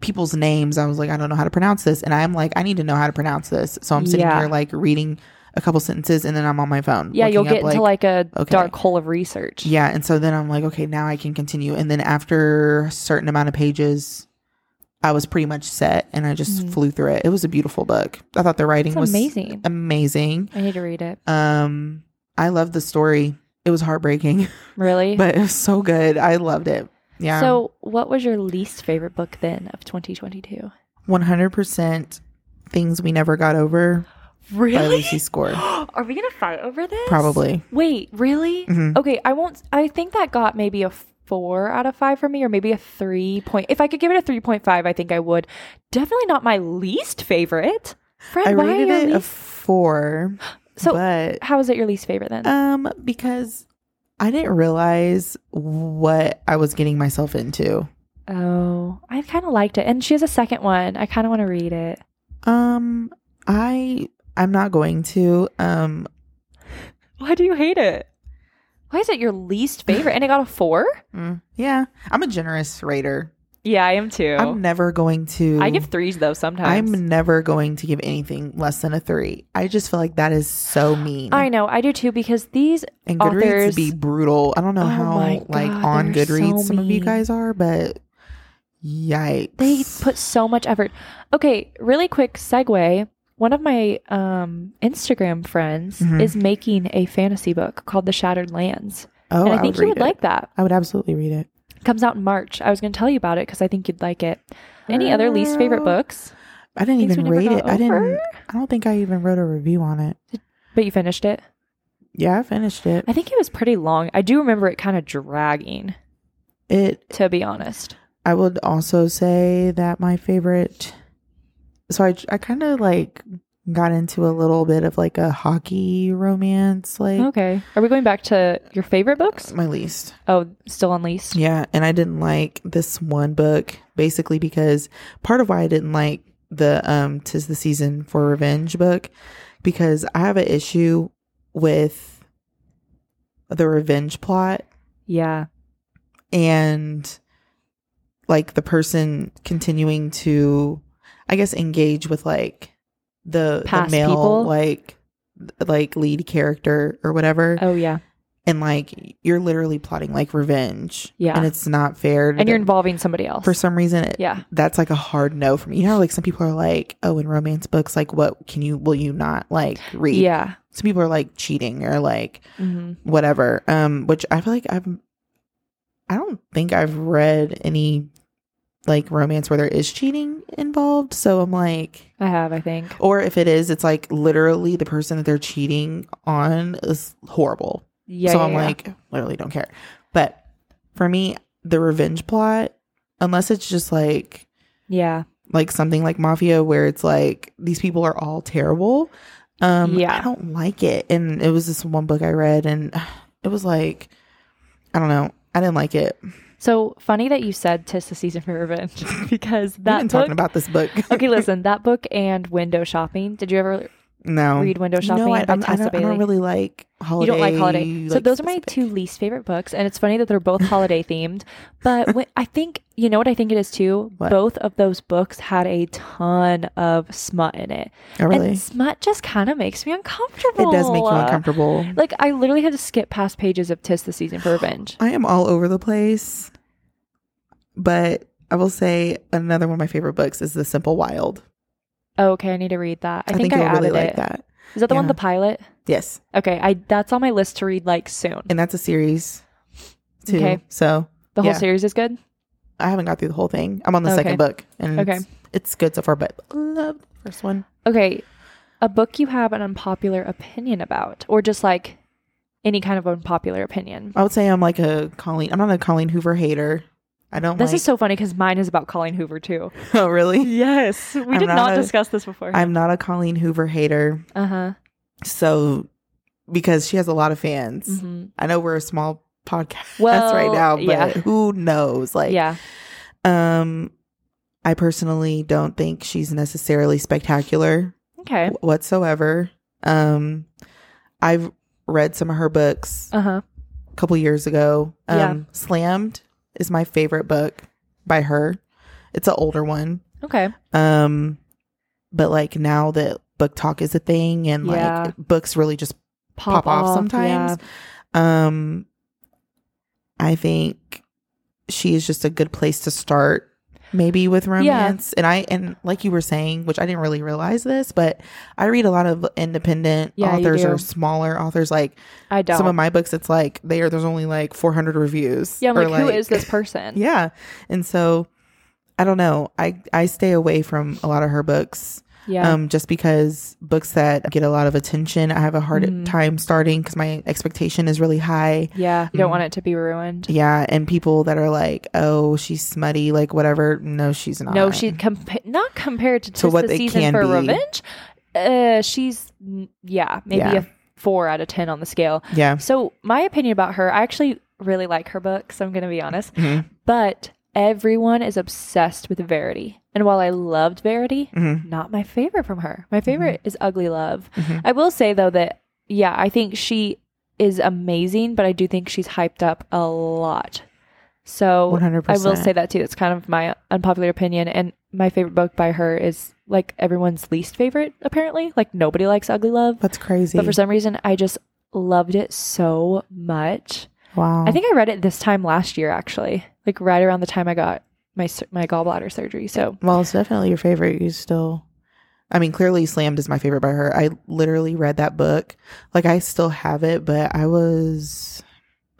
B: people's names. I was like, I don't know how to pronounce this. And I'm like, I need to know how to pronounce this. So I'm sitting
A: Yeah.
B: here like reading a couple sentences and then I'm on my phone.
A: yeah, you'll
B: looking
A: get
B: up,
A: into like a
B: okay.
A: dark hole of research.
B: Yeah. And so then I'm like, okay, now I can continue. And then after a certain amount of pages, I was pretty much set and I just
A: Mhm.
B: flew through it. It was a beautiful book. I thought the writing
A: It's
B: was
A: amazing.
B: amazing.
A: I need to read it.
B: Um I love the story. It was heartbreaking, (laughs)
A: Really?
B: but it was so good. I loved it. Yeah.
A: So, what was your least favorite book then of 2022?
B: 100% Things We Never Got Over
A: (gasps)
B: by Lucy Score.
A: Are we gonna fight over this? (gasps)
B: Probably.
A: Wait, really?
B: Mhm.
A: Okay, I won't. I think that got maybe a four out of five for me, or maybe a three point. If I could give it a three point five, I think I would. Definitely not my least favorite. Fred,
B: I
A: why are
B: rated
A: your
B: it a
A: least-
B: four,
A: (gasps) so,
B: but
A: how is it your least favorite then?
B: um, because I didn't realize what I was getting myself into.
A: oh, I kind of liked it, and she has a second one. I kind of want to read it.
B: Um, I I'm not going to. Um,
A: Why do you hate it? Why is it your least favorite? And it got a four.
B: mm, yeah, I'm a generous rater.
A: Yeah, I am too.
B: I'm never going to.
A: I give threes though sometimes.
B: I'm never going to give anything less than a three. I just feel like that is so mean.
A: I know, I do too, because these
B: and Goodreads
A: authors-
B: be brutal. I don't know
A: Oh
B: how
A: my
B: like
A: God,
B: on
A: they're so
B: Goodreads some of you
A: mean.
B: guys are, but yikes!
A: they put so much effort. Okay, really quick segue. One of my um, Instagram friends
B: Mhm.
A: is making a fantasy book called The Shattered Lands.
B: Oh,
A: and I,
B: I
A: think
B: would
A: you
B: read
A: would
B: it.
A: like that.
B: I would absolutely read it.
A: Comes out in March. I was going to tell you about it because I think you'd like it. Any other least favorite
B: Girl.
A: books?
B: I didn't
A: Things we
B: even
A: never
B: read it.
A: got
B: I didn't.
A: over?
B: I don't think I even wrote a review on it.
A: But you finished it.
B: Yeah, I finished it.
A: I think it was pretty long. I do remember it kind of dragging,
B: It.
A: to be honest.
B: I would also say that my favorite. So I I kind of like got into a little bit of like a hockey romance like
A: Okay. Are we going back to your favorite books?
B: my least.
A: Oh, still on least.
B: Yeah, and I didn't like this one book basically because part of why I didn't like the um Tis the Season for Revenge book because I have an issue with the revenge plot
A: Yeah.
B: and like the person continuing to I guess engage with like the, the
A: Past
B: male
A: people?
B: like like lead character or whatever
A: Oh, yeah.
B: and like you're literally plotting like revenge
A: Yeah.
B: and it's not fair to
A: And you're
B: the-
A: involving somebody else.
B: for some reason it,
A: yeah.
B: that's like a hard no for me. You know, how, like some people are like, oh, in romance books, like what can you will you not like read?
A: Yeah.
B: Some people are like cheating or like
A: hmm
B: whatever. Um, which I feel like I've I don't think I've read any like romance where there is cheating involved. So I'm like
A: I have, I think.
B: or if it is, it's like literally the person that they're cheating on is horrible.
A: Yeah.
B: so
A: yeah,
B: I'm
A: yeah.
B: like, literally don't care. But for me, the revenge plot, unless it's just like
A: yeah.
B: like something like mafia where it's like these people are all terrible um
A: Yeah.
B: i don't like it and it was this one book i read and (sighs) it was like i don't know i didn't like it
A: So funny that you said "Tis the Season for Revenge" (laughs) because
B: we've
A: that
B: been
A: book.
B: talking about
A: (laughs)
B: this book (laughs)
A: okay, listen, that book and window shopping. Did you ever
B: no
A: read Window
B: You know,
A: Shopping
B: I,
A: by
B: I'm- I
A: Tessa
B: don't, I
A: Bailey?
B: don't really like holiday
A: you don't like holiday. so
B: like,
A: those are my
B: specific-
A: two least favorite books, and it's funny that they're both holiday themed. But when, I think you know what I think it is too.
B: What?
A: Both of those books had a ton of smut in it,
B: oh, really
A: and smut just kind of makes me uncomfortable.
B: it does make you
A: uh,
B: uncomfortable
A: Like I literally had to skip past pages of "Tis the Season for
B: (gasps)
A: Revenge."
B: i am all over the place but i will say another one of my favorite books is the simple wild
A: Oh, okay, I need to read that. I, think, I
B: you'll
A: added
B: really
A: it.
B: like that
A: Is that the one
B: Yeah.
A: with the pilot?
B: yes
A: Okay, I that's on my list to read like soon.
B: and that's a series too
A: Okay.
B: so
A: The whole
B: yeah.
A: series is good.
B: I haven't got through the whole thing. I'm on the
A: Okay.
B: second book, and
A: Okay.
B: it's, it's good so far. But love the first one.
A: Okay, a book you have an unpopular opinion about, or just like any kind of unpopular opinion.
B: I would say I'm like a Colleen. I'm not a Colleen Hoover hater. I don't.
A: This
B: like,
A: is so funny because mine is about Colleen Hoover too.
B: (laughs) Oh
A: (laughs)
B: really?
A: Yes, we
B: I'm
A: did
B: not
A: not,
B: a-
A: discuss this before.
B: I'm not a Colleen Hoover hater.
A: Uh huh.
B: So because she has a lot of fans.
A: hmm
B: I know we're a small podcast
A: Well,
B: right now, but
A: yeah.
B: who knows? Like,
A: yeah.
B: um, I personally don't think she's necessarily spectacular.
A: Okay.
B: wh- whatsoever. Um, I've read some of her books
A: Uh huh.
B: a couple years ago. Um,
A: Yeah.
B: Slammed is my favorite book by her. It's an older one.
A: Okay.
B: Um, but like now that book talk is a thing and
A: Yeah.
B: like books really just pop, off, sometimes. Um, I think she is just a good place to start maybe with romance and i and like you were saying which i didn't really realize this but i read a lot of independent
A: Yeah, you
B: authors
A: do.
B: or smaller authors like
A: I don't.
B: some of my books it's like they are there's only like 400 reviews
A: yeah, I'm
B: or,
A: like, who is this person?
B: (laughs) yeah and so i don't know i i stay away from a lot of her books
A: Yeah.
B: um just because books that get a lot of attention i have a hard
A: Mhm.
B: time starting because my expectation is really high
A: yeah. You don't
B: mm.
A: want it to be ruined.
B: yeah and people that are like oh she's smutty like whatever no she's not
A: No, she compa- not compared to,
B: To
A: Tis
B: what
A: the
B: it
A: season
B: can
A: for
B: be.
A: revenge. Uh, she's mm, yeah, maybe
B: Yeah.
A: a four out of ten on the scale.
B: yeah
A: So my opinion about her, I actually really like her books. I'm gonna be honest,
B: Mhm.
A: but everyone is obsessed with Verity, and while I loved Verity,
B: Mhm.
A: not my favorite from her.
B: Mm-hmm.
A: My favorite is Ugly Love.
B: Mhm.
A: I will say though that yeah, I think she is amazing, but I do think she's hyped up a lot. So
B: 100%.
A: I will say that too. That's kind of my unpopular opinion. And my favorite book by her is like everyone's least favorite, apparently. Like nobody likes Ugly Love.
B: that's crazy.
A: But for some reason, I just loved it so much.
B: wow.
A: I think I read it this time last year, actually, like right around the time I got my sur- my gallbladder surgery. So
B: well, it's definitely your favorite. You still, I mean, clearly Slammed is my favorite by her. I literally read that book. Like, I still have it, but I was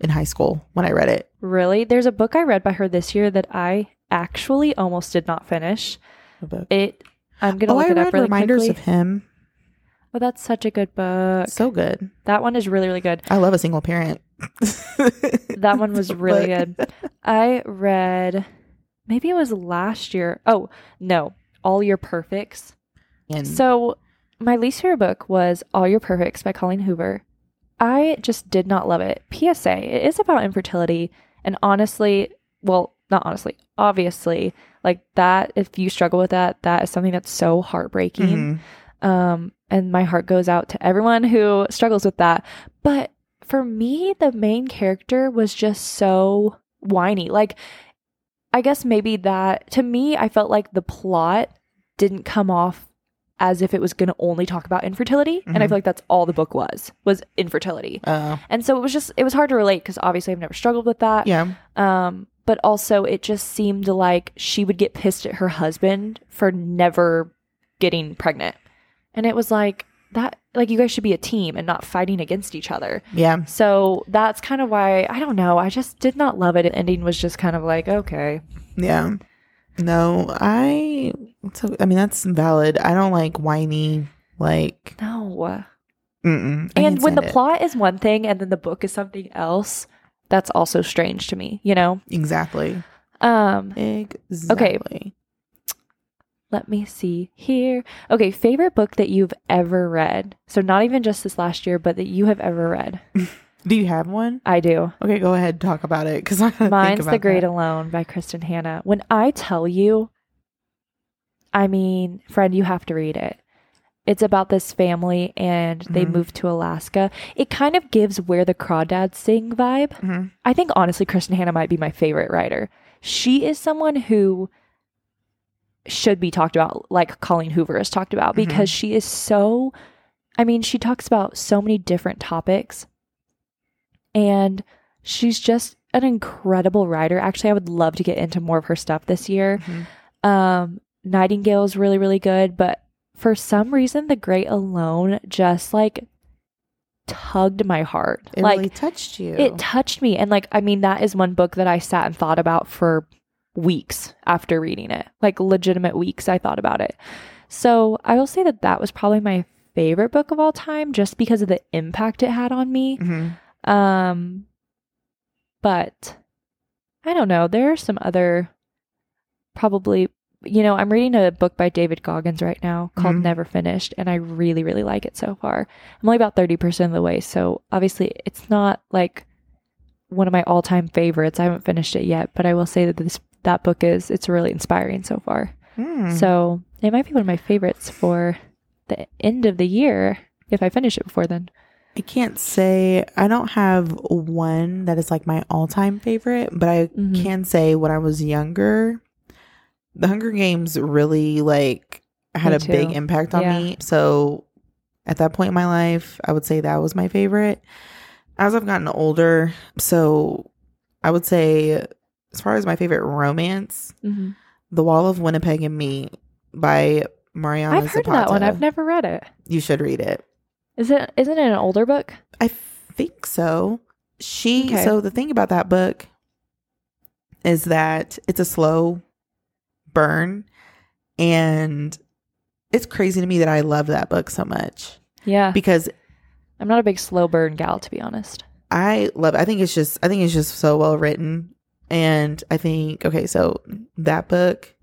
B: in high school when I read it.
A: really, there's a book I read by her this year that I actually almost did not finish.
B: The book.
A: It. I'm gonna
B: Oh,
A: look
B: I
A: it
B: read
A: up really
B: Reminders
A: quickly.
B: of Him.
A: oh, that's such a good book.
B: So good.
A: That one is really, really good.
B: I love a single parent.
A: (laughs) That one was really
B: (laughs) But-
A: good. I read, maybe it was last year. Oh, no. All Your Perfects.
B: And
A: So, my least favorite book was All Your Perfects by Colleen Hoover. I just did not love it. PSA, it is about infertility. And honestly, well, not honestly, obviously, like that, if you struggle with that, that is something that's so heartbreaking.
B: Mhm.
A: Um, and my heart goes out to everyone who struggles with that. But for me, the main character was just so whiny. Like, I guess maybe that to me, I felt like the plot didn't come off as if it was going to only talk about infertility. And I
B: Mhm.
A: feel like that's all the book was, was infertility.
B: Uh,
A: And so it was just, it was hard to relate because obviously I've never struggled with that.
B: yeah.
A: Um, but also it just seemed like she would get pissed at her husband for never getting pregnant. And it was like that like you guys should be a team and not fighting against each other.
B: Yeah.
A: So that's kind of why I don't know. I just did not love it. The ending was just kind of like, okay.
B: Yeah. No, I, so, I mean, that's valid. I don't like whiny, like,
A: No.
B: Mm-mm, I
A: And
B: can't
A: when the
B: stand it.
A: plot is one thing and then the book is something else, that's also strange to me, you know?
B: exactly,
A: Um
B: exactly. Okay,
A: let me see here. Okay, favorite book that you've ever read. So not even just this last year, but that you have ever read.
B: do you have one?
A: I do.
B: Okay, go ahead, talk about it because I (laughs) gotta (laughs) think
A: Mine's
B: about
A: The Great
B: that.
A: Alone by Kristen Hanna. When I tell you, I mean, friend, you have to read it. It's about this family and they
B: Mhm.
A: move to Alaska. It kind of gives where the crawdads sing vibe.
B: Mhm.
A: I think honestly, Kristen Hanna might be my favorite writer. She is someone who should be talked about, like Colleen Hoover is talked about,
B: Mhm.
A: because she is so. I mean, she talks about so many different topics, and she's just an incredible writer. Actually, I would love to get into more of her stuff this year.
B: Mhm.
A: Um, Nightingale's really, really good, but for some reason, The Great Alone just like tugged my heart.
B: It
A: like
B: really touched you.
A: it touched me. And like, I mean, that is one book that I sat and thought about for weeks after reading it, like legitimate weeks. I thought about it. So I will say that that was probably my favorite book of all time just because of the impact it had on me.
B: Mhm.
A: Um, but I don't know. There are some other probably, you know, I'm reading a book by David Goggins right now called
B: Mhm.
A: Never Finished, and I really, really like it so far. I'm only about 30% of the way. So obviously, it's not like one of my all time favorites. I haven't finished it yet, but I will say that this. That book is it's really inspiring so far.
B: Mm.
A: So it might be one of my favorites for the end of the year if I finish it before then.
B: I can't say I don't have one that is like my all-time favorite, but I
A: Mhm.
B: can say when I was younger, The Hunger Games really like had
A: Me
B: a big
A: too.
B: impact on
A: Yeah.
B: me. So at that point in my life, I would say that was my favorite. As I've gotten older, so I would say as far as my favorite romance,
A: Mm-hmm.
B: The Wall of Winnipeg and Me by Mariana
A: I've heard
B: Zapata.
A: that one. I've never read it.
B: you should read it.
A: Is it? Isn't it an older book?
B: I think so. She
A: Okay.
B: so the thing about that book is that it's a slow burn and it's crazy to me that I love that book so much
A: Yeah,
B: because
A: I'm not a big slow burn gal, to be honest.
B: I love I think it's just I think it's just so well written and I think okay so that book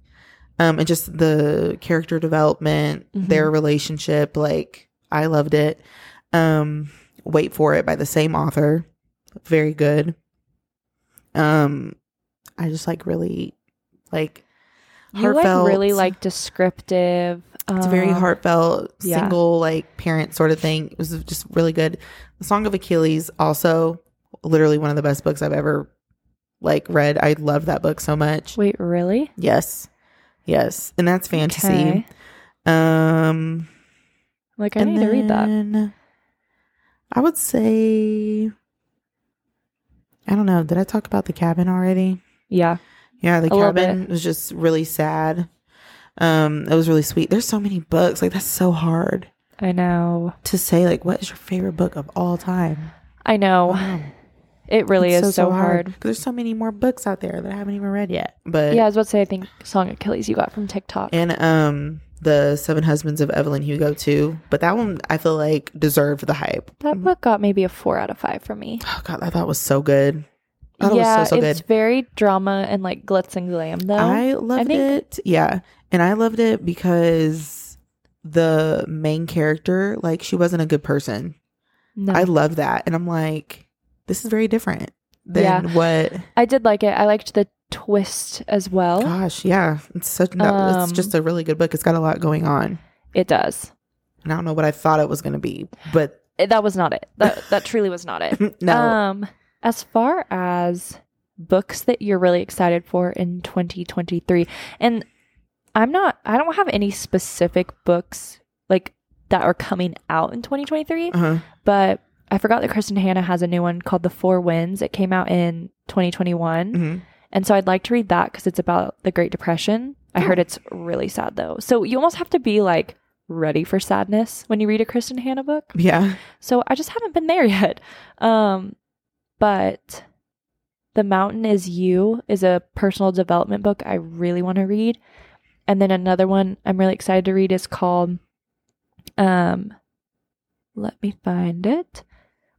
B: um and just the character development their relationship like I loved it um Wait for It by the same author very good um I just like really like
A: You like
B: heartfelt.
A: really like descriptive.
B: it's a very
A: um,
B: heartfelt
A: yeah.
B: single like parent sort of thing it was just really good the song of achilles also literally one of the best books i've ever like read i love that book so much
A: Wait, really?
B: yes yes and that's fantasy
A: Okay.
B: um
A: Like I need to read that.
B: that i would say i don't know did i talk about the cabin already
A: Yeah.
B: yeah, the
A: A little
B: cabin was just really sad. Um, it was really sweet. There's so many books. Like that's so hard
A: I know.
B: to say. Like, what is your favorite book of all time?
A: I know. It Oh, really
B: It's
A: is so, hard.
B: 'Cause There's so many more books out there that I haven't even read yet. But
A: Yeah, I
B: yeah,
A: was about to say I think Song Achilles you got from TikTok.
B: and um, the Seven Husbands of Evelyn Hugo too. But that one I feel like deserved the hype.
A: that book got maybe a four out of five for me.
B: Oh God, I thought it was so good. I thought it
A: yeah,
B: was so so good.
A: it's very drama and like glitz and glam though.
B: I loved
A: think-
B: it. Yeah. And I loved it because the main character, like, she wasn't a good person.
A: no,
B: I
A: I,
B: love that. And I'm like, this is very different than
A: Yeah.
B: what,
A: did like it. I liked the twist as well.
B: (gasps) gosh, yeah. It's such, that, it's
A: Um,
B: just a really good book. It's got a lot going on.
A: It does.
B: And I don't know what I thought it was going to be, but (laughs)
A: It- that was not it. That that truly was not it.
B: no.
A: Um, as far as books that you're really excited for in 2023, and I'm not, I don't have any specific books like that are coming out in 2023,
B: uh-huh.
A: but I forgot that Kristen Hanna has a new one called The Four Winds. It came out in 2021.
B: Mhm.
A: And so I'd like to read that because it's about the Great Depression. I heard it's really sad though. So you almost have to be like ready for sadness when you read a Kristen Hanna book.
B: Yeah.
A: So I just haven't been there (laughs) yet. Um, but The Mountain is You is a personal development book I really want to read. And then another one I'm really excited to read is called um let me find it.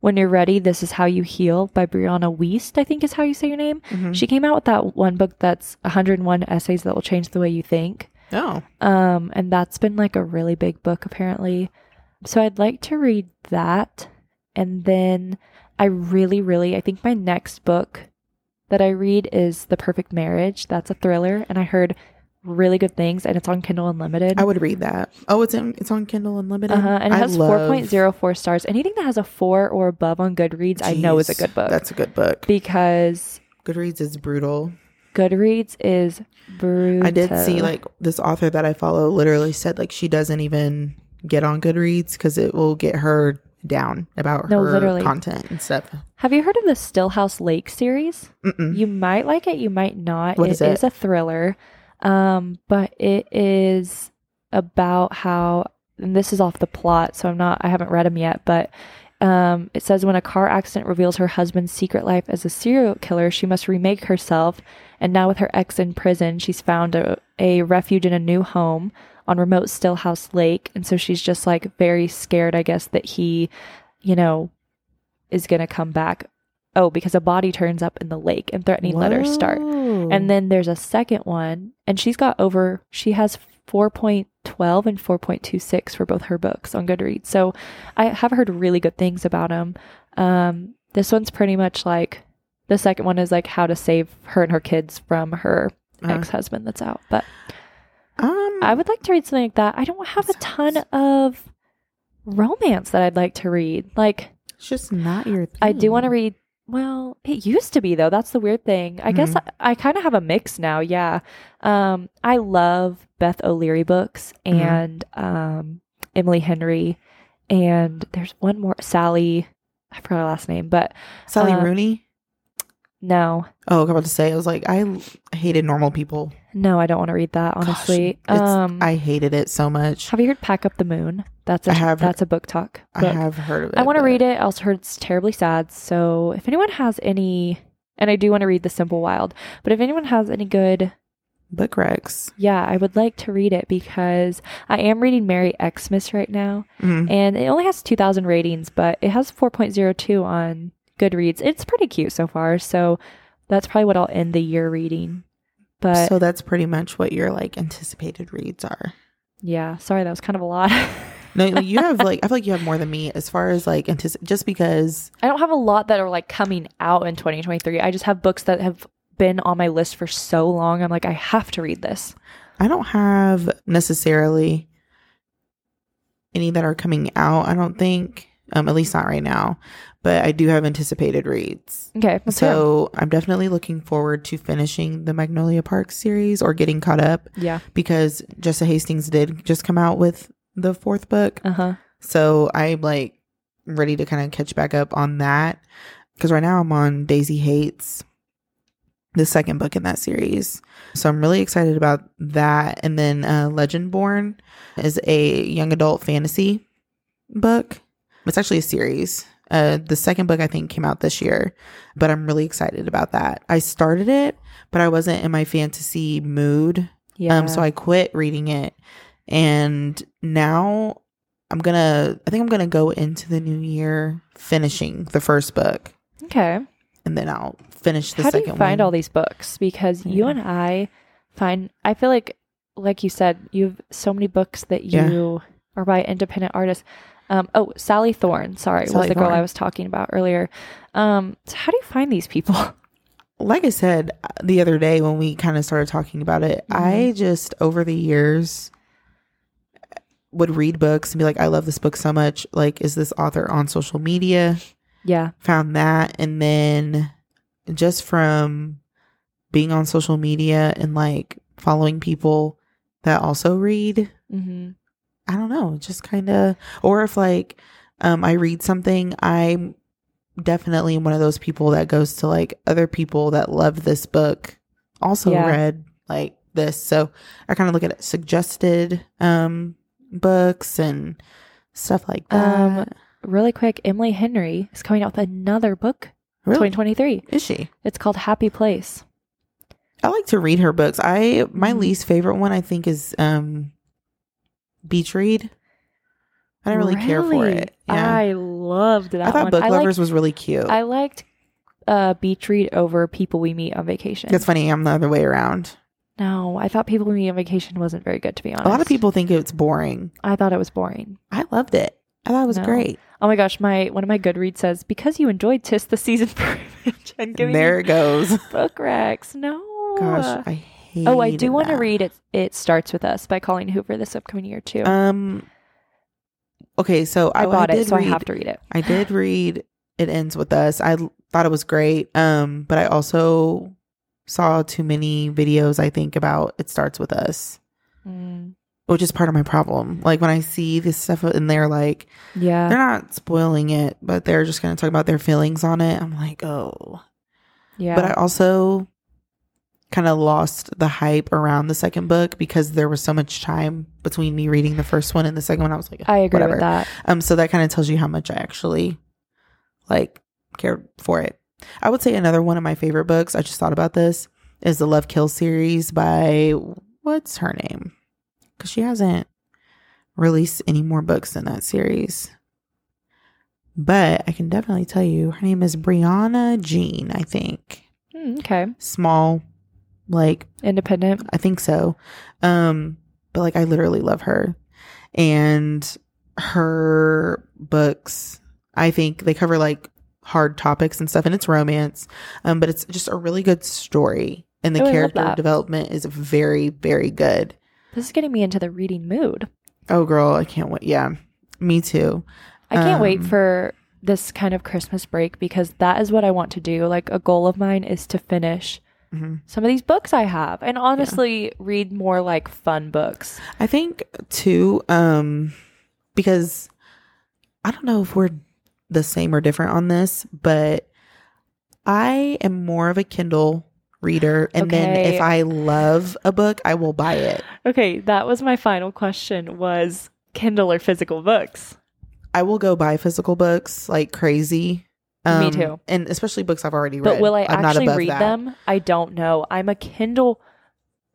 A: When You're Ready, This Is How You Heal by Brianna Wiest, I think is how you say your name.
B: Mhm.
A: She came out with that one book that's 101 essays that will change the way you think.
B: oh,
A: Um, and that's been like a really big book apparently. So I'd like to read that. And then I really, really, I think my next book that I read is The Perfect Marriage. That's a thriller. And I heard really good things and it's on Kindle Unlimited.
B: I would read that. Oh, it's in, it's on Kindle Unlimited.
A: uh-huh. And it
B: I
A: has
B: love-
A: 4.04 stars. Anything that has a four or above on Goodreads, I know is a
B: Jeez,
A: good book.
B: That's a good book.
A: because
B: Goodreads is brutal.
A: Goodreads is brutal.
B: I did see like this author that I follow literally said like she doesn't even get on Goodreads because it will get her down about
A: No,
B: her
A: literally.
B: content and stuff.
A: Have you heard of the Stillhouse Lake series?
B: Mm-mm.
A: You might like it, you might not.
B: Mm-hmm. What is
A: it
B: it?
A: is a thriller, um, but it is about how, and this is off the plot, so I'm not, I haven't read them yet, but um, it says when a car accident reveals her husband's secret life as a serial killer, she must remake herself. And now, with her ex in prison, she's found a, a refuge in a new home on remote Stillhouse Lake. And so she's just like very scared, I guess, that he, you know, is going to come back. Oh, because a body turns up in the lake and threatening let her start.
B: Mm.
A: And then there's a second one, and she's got over, she has 4.12 and 4.26 for both her books on Goodreads. So I have heard really good things about them. Um, this one's pretty much like, the second one is like how to save her and her kids from her
B: Uh-huh.
A: ex husband that's out. But
B: um,
A: I would like to read something like that. I don't have a ton of romance that I'd like to read. Like,
B: it's just not your. Thing.
A: I do want to read. Well, it used to be though. That's the weird thing. I
B: Hmm.
A: guess I, I kind of have a mix now. Yeah. Um, I love Beth O'Leary books
B: Mhm.
A: and um, Emily Henry, and there's one more Sally. I forgot her last name, but
B: Sally
A: uh,
B: Rooney.
A: No,
B: Oh, I was about to say, I was like, I l- hated normal people.
A: no, I don't want to read that.
B: Gosh,
A: Honestly,
B: it's-
A: um,
B: I hated it so much.
A: have you heard "Pack Up the Moon"? That's a
B: I have-
A: that's a book talk.
B: I
A: book.
B: have heard of it.
A: I want to
B: but-
A: read it. I also heard it's terribly sad. So if anyone has any, and I do want to read The Simple Wild, but if anyone has any good,
B: Book Rex.
A: yeah, I would like to read it because I am reading Merry Xmas right now,
B: Mm.
A: and it only has two thousand ratings, but it has four point zero two on Goodreads. It's pretty cute so far. So that's probably what I'll end the year reading. But
B: so that's pretty much what your like anticipated reads are.
A: yeah, sorry, that was kind of a lot. (laughs) I
B: No, you have like I feel like you have more than me as far as like antici- just because
A: don't have a lot that are like coming out in 2023. I just have books that have been on my list for so long. I'm like, I have to read this.
B: I don't have necessarily any that are coming out. I don't think, um, at least not right now. But I do have anticipated reads.
A: Okay. let's hear 'em.
B: So I'm definitely looking forward to finishing the Magnolia Park series or getting caught up
A: yeah.
B: because Jessa Hastings did just come out with the fourth book.
A: Uh huh.
B: So I'm like ready to kind of catch back up on that because right now I'm on Daisy Hates, the second book in that series. So I'm really excited about that. And then uh, Legend Born is a young adult fantasy book. It's actually a series. Uh, the second book I think came out this year, but I'm really excited about that. I started it, but I wasn't in my fantasy mood
A: Yeah.
B: um, so I quit reading it, and now I'm gonna. I think I'm gonna go into the new year finishing the first book,
A: okay.
B: and then I'll finish the
A: How do
B: second
A: you find
B: one.
A: all these books? Because you
B: Yeah.
A: and I find, I feel like, like you said, you have so many books that
B: Yeah.
A: you are by independent artists. Um, oh, Sally Thorne, sorry, was
B: Sally
A: the girl
B: Thorne.
A: I was talking about earlier. Um, so how do you find these people? (laughs)
B: like I said uh, the other day when we kind of started talking about it, I
A: Mm-hmm.
B: just over the years would read books and be like, I love this book so much. Like, is this author on social media?
A: yeah.
B: found that and then just from being on social media and like following people that also read
A: Mm-hmm.
B: i don't know just kind of or if like um i read something i'm definitely one of those people that goes to like other people that love this book also
A: Yeah.
B: read like this so i kind of look at suggested um books and stuff like
A: Um,
B: that
A: Really quick, Emily Henry is coming out with another book,
B: really
A: 2023.
B: is she
A: It's called Happy Place.
B: I like to read her books. I my
A: Mhm.
B: least favorite one I think is um Beach Read. I don't really, care for
A: Really?
B: it. Yeah.
A: I loved that
B: I, thought
A: one.
B: Book
A: I liked-
B: Lovers was really cute.
A: I liked uh, Beach Read over People We Meet on Vacation.
B: That's funny. I'm the other way around.
A: no, I thought People We Meet on Vacation wasn't very good, to be honest.
B: A lot of people think it's boring.
A: I thought it was boring.
B: I loved it. I thought it was
A: No.
B: great.
A: Oh my gosh, my one of my Goodreads says because you enjoyed Tis the Season Privilege and
B: And
A: giving
B: there it goes. (laughs)
A: you (laughs) book racks. No,
B: Gosh, I hate.
A: oh, I do want to
B: read.
A: read it. It starts with us by Colleen Hoover this upcoming year too.
B: Um. Okay, so oh, I,
A: I bought
B: I
A: it,
B: did
A: so
B: read-
A: I have to read it. (gasps)
B: I did read It Ends With Us. I l- thought it was great. Um, but I also saw too many videos, I think, about It Starts With Us,
A: Mm,
B: which is part of my problem. Like when I see this stuff and they're like,
A: yeah,
B: they're not spoiling it, but they're just going to talk about their feelings on it. I'm like, oh.
A: yeah.
B: But I also kind of lost the hype around the second book because there was so much time between me reading the first one and the second one. I was like,
A: I agree
B: whatever.
A: with that.
B: um, so that kind of tells you how much I actually like cared for it. I would say another one of my favorite books. I just thought about this is the Love Kill series by what's her name? Because she hasn't released any more books in that series. But I can definitely tell you her name is Brianna Jean. I think
A: Mm, okay,
B: small, like
A: independent.
B: I think so. Um, but like I literally love her. And her books, I think they cover like hard topics and stuff and it's romance. Um, but it's just a really good story. And the
A: Oh, I love
B: character
A: that.
B: development is very, very good.
A: This is getting me into the reading mood.
B: Oh girl, I can't wait. Yeah. Me too.
A: I can't wait
B: Um,
A: for this kind of Christmas break because that is what I want to do. Like a goal of mine is to finish
B: Mhm.
A: some of these books I have and honestly read more like fun books.
B: I think too, um, because I don't know if we're the same or different on this, but I am more of a Kindle reader and then
A: Okay.
B: if I love a book, I will buy it.
A: Okay, that was my final question was Kindle or physical books?
B: I will go buy physical books like crazy. um,
A: Me too.
B: And especially books I've already read.
A: But will I
B: I'm not
A: actually
B: above
A: read
B: that.
A: them? I don't know. I'm a Kindle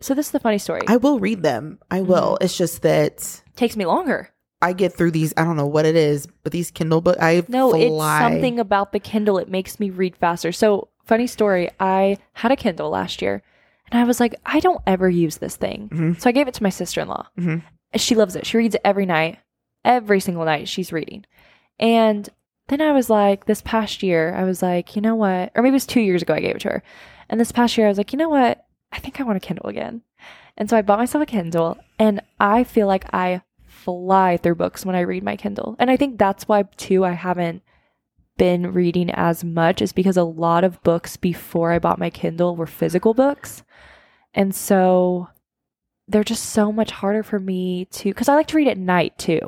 A: So this is the funny story.
B: I will read them.
A: Mm-hmm.
B: I will. It's just that
A: takes me longer.
B: I get through these. I don't know what it is, but these Kindle books, I
A: No,
B: fly.
A: it's something about the Kindle. It makes me read faster. So, funny story, I had a Kindle last year and I was like, I don't ever use this thing.
B: Mhm.
A: So, I gave it to my sister in law.
B: Mhm.
A: She loves it. She reads it every night, every single night she's reading. And then I was like, this past year, I was like, you know what? Or maybe it was two years ago I gave it to her. And this past year, I was like, you know what? I think I want a Kindle again. And so I bought myself a Kindle, and I feel like I fly through books when I read my Kindle. And I think that's why, too, I haven't been reading as much, is because a lot of books before I bought my Kindle were physical books. And so they're just so much harder for me to, because I like to read at night, too.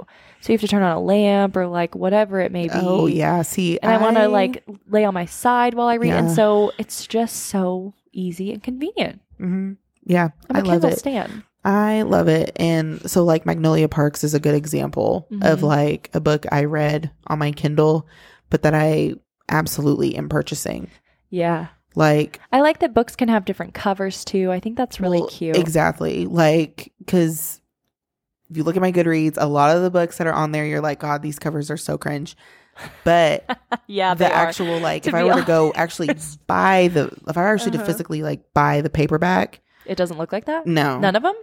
A: So you have to turn on a lamp or like whatever it may be
B: Oh, yeah. See,
A: and I, want to like lay on my side while I read. And
B: Yeah.
A: so it's just so easy and convenient.
B: Mhm. Yeah,
A: I'm a
B: I love
A: Kindle
B: it.
A: stan.
B: I love it. And so, like, Magnolia Parks is a good example
A: Mhm.
B: of like a book I read on my Kindle, but that I absolutely am purchasing.
A: Yeah,
B: Like,
A: I like that books can have different covers too. I think that's really
B: Well,
A: cute.
B: Exactly. Like, because if you look at my Goodreads, a lot of the books that are on there, you're like, God, these covers are so cringe. But
A: (laughs) (laughs) yeah, they
B: the
A: are.
B: actual, like,
A: To
B: if I
A: be
B: were to go actually buy the, if I were actually
A: Uh-huh.
B: to physically like buy the paperback,
A: it doesn't look like that.
B: no,
A: None of them.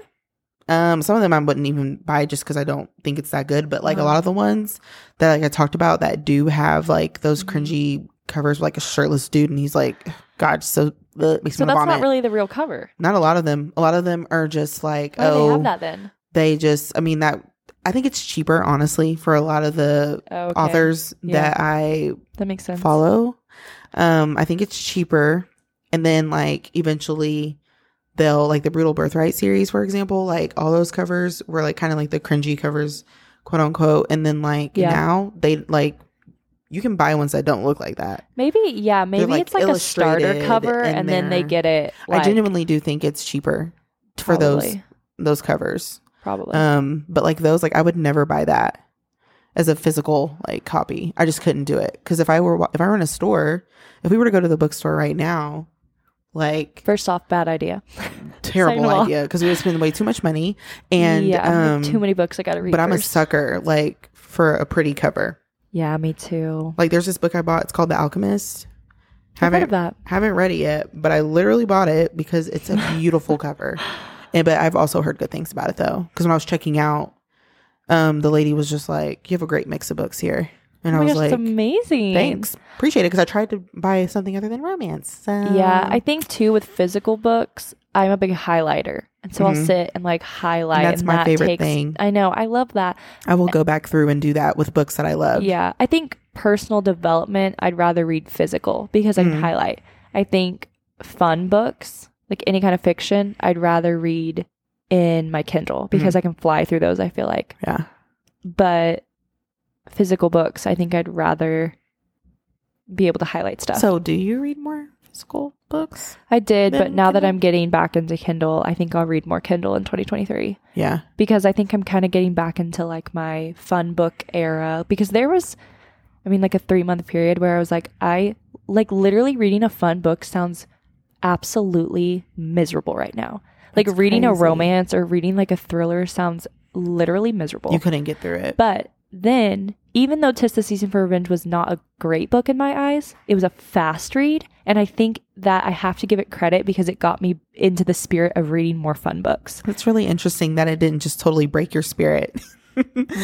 B: um, some of them I wouldn't even buy just because I don't think it's that good. But like a
A: Uh-huh.
B: lot of the ones that like I talked about that do have like those
A: Mhm.
B: cringy covers, with, like a shirtless dude, and he's like, God, so uh, makes
A: So
B: me
A: that's
B: want to
A: not
B: vomit.
A: really the real cover.
B: Not a lot of them. A lot of them are just like,
A: Why do
B: oh,
A: they have that then?
B: they just i mean that i think it's cheaper honestly for a lot of the
A: Oh, okay.
B: authors
A: Yeah.
B: that i
A: That makes sense.
B: follow um i think it's cheaper and then like eventually they'll like the brutal birthright series for example like all those covers were like kind of like the cringy covers quote unquote and then like
A: Yeah.
B: now they like you can buy ones that don't look like that
A: Maybe yeah. Maybe
B: like,
A: it's like a starter
B: illustrated
A: cover,
B: in
A: and then they
B: there.
A: get it. Like,
B: i genuinely do think it's cheaper for those
A: probably,
B: those covers
A: Probably.
B: Um, but like those, like I would never buy that as a physical like copy. I just couldn't do it because if I were wa- if I were in a store, if we were to go to the bookstore right now, like
A: First off, bad idea.
B: terrible
A: Same wall.
B: idea because we would spend way too much money and
A: yeah,
B: um,
A: too many books I got to read.
B: But I'm a
A: first.
B: sucker like for a pretty cover.
A: Yeah, me too.
B: Like there's this book I bought. It's called The Alchemist.
A: I've heard
B: Haven't
A: of that.
B: haven't read it yet, but I literally bought it because it's a beautiful cover. And but I've also heard good things about it though, because when I was checking out, um, the lady was just like, "You have a great mix of books here," and
A: oh
B: I
A: my
B: was
A: gosh, it's
B: like,
A: amazing.
B: "Thanks, appreciate it," because I tried to buy something other than romance. So.
A: Yeah,
B: Um,
A: I think too with physical books, I'm a big highlighter, and so I'll
B: Mhm.
A: sit and like highlight.
B: And that's
A: and
B: my
A: that
B: favorite
A: takes-
B: thing.
A: I know. I love that.
B: I will go back through and do that with books that I love.
A: Yeah, I think personal development. I'd rather read physical because I can
B: Mhm.
A: highlight. I think fun books, like any kind of fiction, I'd rather read in my Kindle because I can fly through those. I feel like,
B: Mm. yeah.
A: but physical books, I think I'd rather be able to highlight stuff.
B: So, do you read more physical books?
A: I did, but
B: than
A: now that
B: Kindle?
A: I'm getting back into Kindle, I think I'll read more Kindle in 2023
B: Yeah,
A: because I think I'm kind of getting back into like my fun book era because there was I mean like a 3 month period where I was like I like literally reading a fun book sounds absolutely miserable right now. Like
B: That's
A: reading a
B: crazy.
A: romance or reading like a thriller sounds literally miserable.
B: you couldn't get through it.
A: But then, even though Tis the Season for Revenge was not a great book in my eyes, it was a fast read. And I think that I have to give it credit because it got me into the spirit of reading more fun books.
B: It's really interesting that it didn't just totally break your spirit.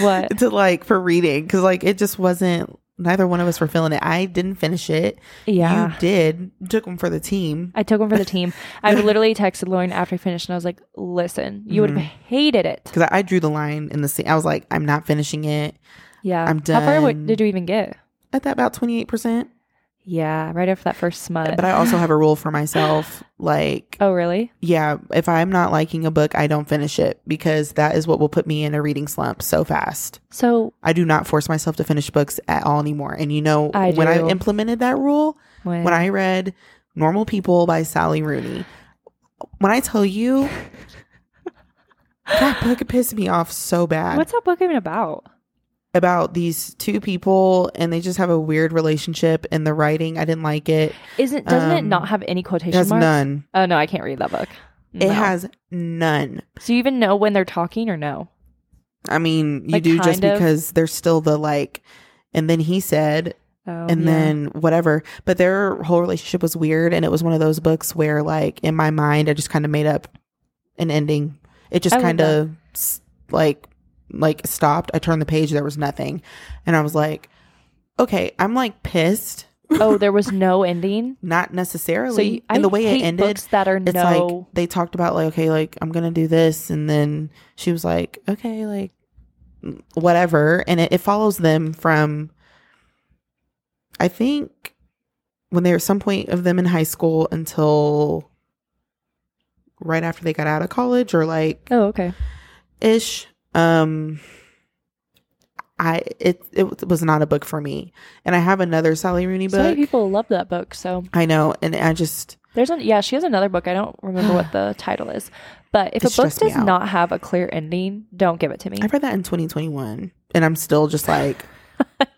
A: What?
B: (laughs) to like for reading because like it just wasn't. Neither one of us were feeling it. I didn't finish it.
A: Yeah.
B: you did. You Took them for the team.
A: I took one for the team.
B: (laughs)
A: I literally texted Lauren after I finished and I was like, listen, you would have
B: Mm-hmm.
A: hated it.
B: Because I, I drew the line in the scene. I was like, I'm not finishing it
A: Yeah.
B: I'm
A: How far w-
B: done.
A: did you even get?
B: at that about 28%.
A: Yeah, right after that first smut.
B: But I also have a rule for myself. Like,
A: Oh, really?
B: yeah, if I'm not liking a book, I don't finish it because that is what will put me in a reading slump so fast.
A: So
B: I do not force myself to finish books at all anymore. And you know,
A: I
B: when I
A: do.
B: implemented that rule,
A: When,
B: when I read Normal People by Sally Rooney. When I tell you that book pissed me off so bad
A: what's that book even about?
B: about these two people and they just have a weird relationship and the writing, I didn't like it.
A: Isn't doesn't it
B: Um,
A: not have any quotation
B: It has
A: marks?
B: none.
A: Oh no, I can't read that book.
B: It
A: No.
B: has none.
A: So you even know when they're talking or no?
B: I mean, you
A: Like,
B: do just
A: kind of.
B: because there's still the like and then he said
A: Oh,
B: and
A: yeah.
B: then whatever. But their whole relationship was weird, and it was one of those books where, like, in my mind, I just kind of made up an ending. It just
A: I love
B: kind of like like stopped. I turned the page, there was nothing, and I was like, okay, I'm like pissed.
A: oh, there was no ending.
B: Not necessarily,
A: So you, I
B: and the way
A: hate
B: it ended,
A: books that are
B: it's
A: no.
B: like they talked about like okay like i'm gonna do this and then she was like okay like whatever and it, it follows them from i think when they were some point of them in high school until right after they got out of college or like
A: oh, okay.
B: ish um i it it was not a book for me and i have another sally rooney
A: So many
B: book
A: people love that book. So
B: i know and i just
A: there's an yeah. She has another book. I don't remember what
B: (sighs)
A: the title is, but if
B: It
A: a book
B: stressed me
A: does
B: out.
A: not have a clear ending, don't give it to me.
B: i read that in 2021 and i'm still just like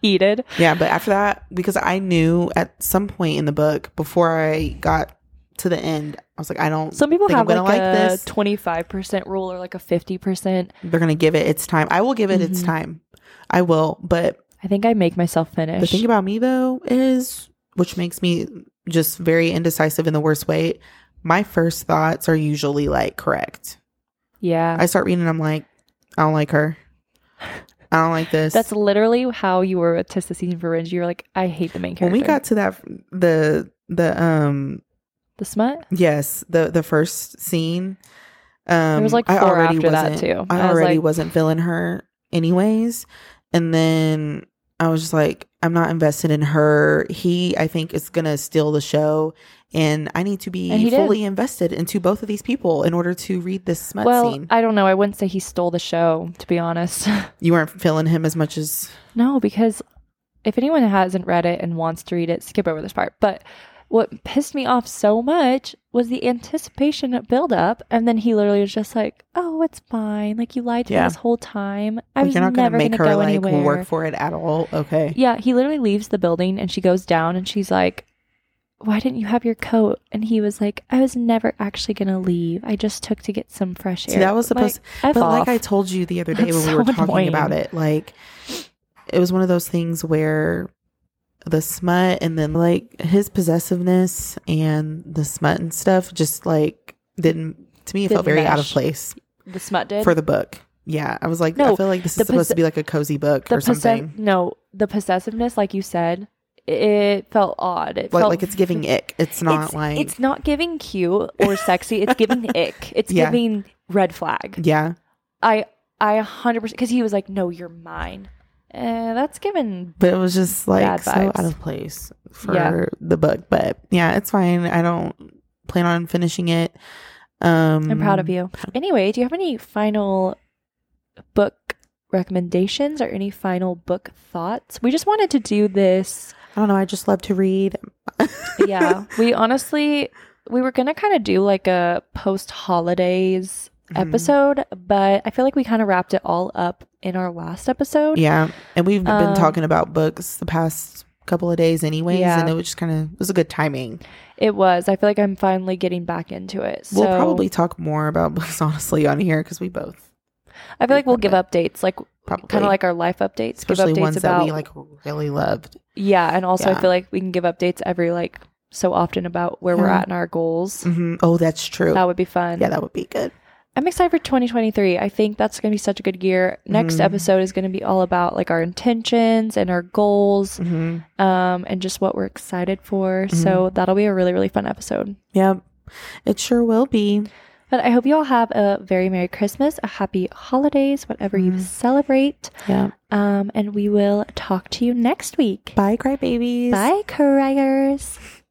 A: Heated.
B: Yeah, but after that, because I knew at some point in the book before I got to the end, I was like, I don't.
A: Some people
B: Think I'm
A: have like,
B: gonna like
A: a
B: this?
A: twenty five percent rule or like a fifty percent.
B: They're gonna give it its time. I will give it its
A: Mhm.
B: time. I will. But
A: I think I make myself finish.
B: the thing about me though is, which makes me just very indecisive in the worst way. My first thoughts are usually like correct.
A: yeah,
B: I start reading, and I'm like, I don't like her. I don't like this.
A: that's literally how you were with Test the Season for Revenge. You were like, I hate the main
B: when
A: character.
B: we got to that the the um
A: the smut.
B: Yes, the the first scene. Um,
A: There was, like,
B: I
A: four
B: already
A: after that,
B: wasn't-
A: too.
B: I,
A: I was
B: already
A: like-
B: wasn't feeling her, anyways. And then I was just like, I'm not invested in her. He, I think, is gonna steal the show, and I need to
A: And
B: be
A: he did.
B: fully invested into both of these people in order to read this smut
A: Well,
B: scene.
A: I don't know. I wouldn't say he stole the show, to be honest. (laughs)
B: You weren't feeling him as much as
A: no, because if anyone hasn't read it and wants to read it, skip over this part. But what pissed me off so much was the anticipation build up, and then he literally was just like, "Oh, it's fine. Like you lied to
B: Yeah.
A: me this whole time. I
B: like,
A: was
B: you're not
A: never
B: gonna make
A: gonna
B: her
A: go
B: like
A: anywhere."
B: work for it at all. Okay,
A: Yeah, he literally leaves the building and she goes down and she's like, Why didn't you have your coat? And he was like, I was never actually going to leave. I just took to get some fresh air.
B: See, that was supposed-
A: like, F
B: but
A: off.
B: like I told you the other day
A: That's
B: when we were
A: so
B: talking
A: annoying.
B: about it, like it was one of those things where the smut and then like his possessiveness and the smut and stuff just like didn't to me it felt
A: Didn't
B: very out of
A: mesh.
B: place
A: the smut did.
B: for the book. Yeah, I was like, I
A: No,
B: feel like this
A: the
B: is supposed
A: possess-
B: to be like a cozy book
A: the
B: or something.
A: possess- No, the possessiveness, like you said, it felt odd. It
B: like
A: felt
B: like it's giving ick. It's not
A: it's,
B: like
A: it's not giving cute or sexy. It's
B: (laughs)
A: giving ick. It's
B: Yeah.
A: giving red flag.
B: yeah.
A: I I hundred percent because he was like, "No, you're mine." Eh, that's giving
B: But it was just like
A: Bad
B: so
A: vibes.
B: out of place for
A: Yeah.
B: the book. But yeah, it's fine. I don't plan on finishing it. Um
A: I'm proud of you. Anyway, do you have any final book recommendations or any final book thoughts? We just wanted to do this.
B: I don't know. I just love to read.
A: Yeah. we honestly we were going to kind of do like a post holidays
B: Mm-hmm.
A: episode, but I feel like we kind of wrapped it all up in our last episode.
B: Yeah. And we've
A: Um,
B: been talking about books the past couple of days, anyways.
A: Yeah.
B: And it was just kind of, it was a good timing.
A: It was. I feel like I'm finally getting back into it. So
B: we'll probably talk more about (laughs) books, honestly, on here because we both
A: I feel like we'll give updates like
B: probably.
A: kind of like our life updates,
B: especially
A: give updates
B: ones
A: about
B: that we like really loved.
A: Yeah, and also I
B: Yeah.
A: feel like we can give updates every like so often about where we're
B: Yeah.
A: at and our goals.
B: Mhm. Oh, that's true.
A: That would be fun.
B: Mm-hmm. yeah, that would be good.
A: I'm excited for 2023. I think that's going to be such a good year. Next
B: Mhm.
A: episode is going to be all about like our intentions and our goals
B: Mm-hmm.
A: um and just what we're excited for. So that'll be a really really fun episode.
B: Yeah. It sure will be.
A: But I hope you all have a very merry Christmas, a happy holidays, whatever you
B: Mhm.
A: celebrate.
B: Yeah.
A: Um and we will talk to you next week.
B: Bye, crybabies.
A: Bye, criers.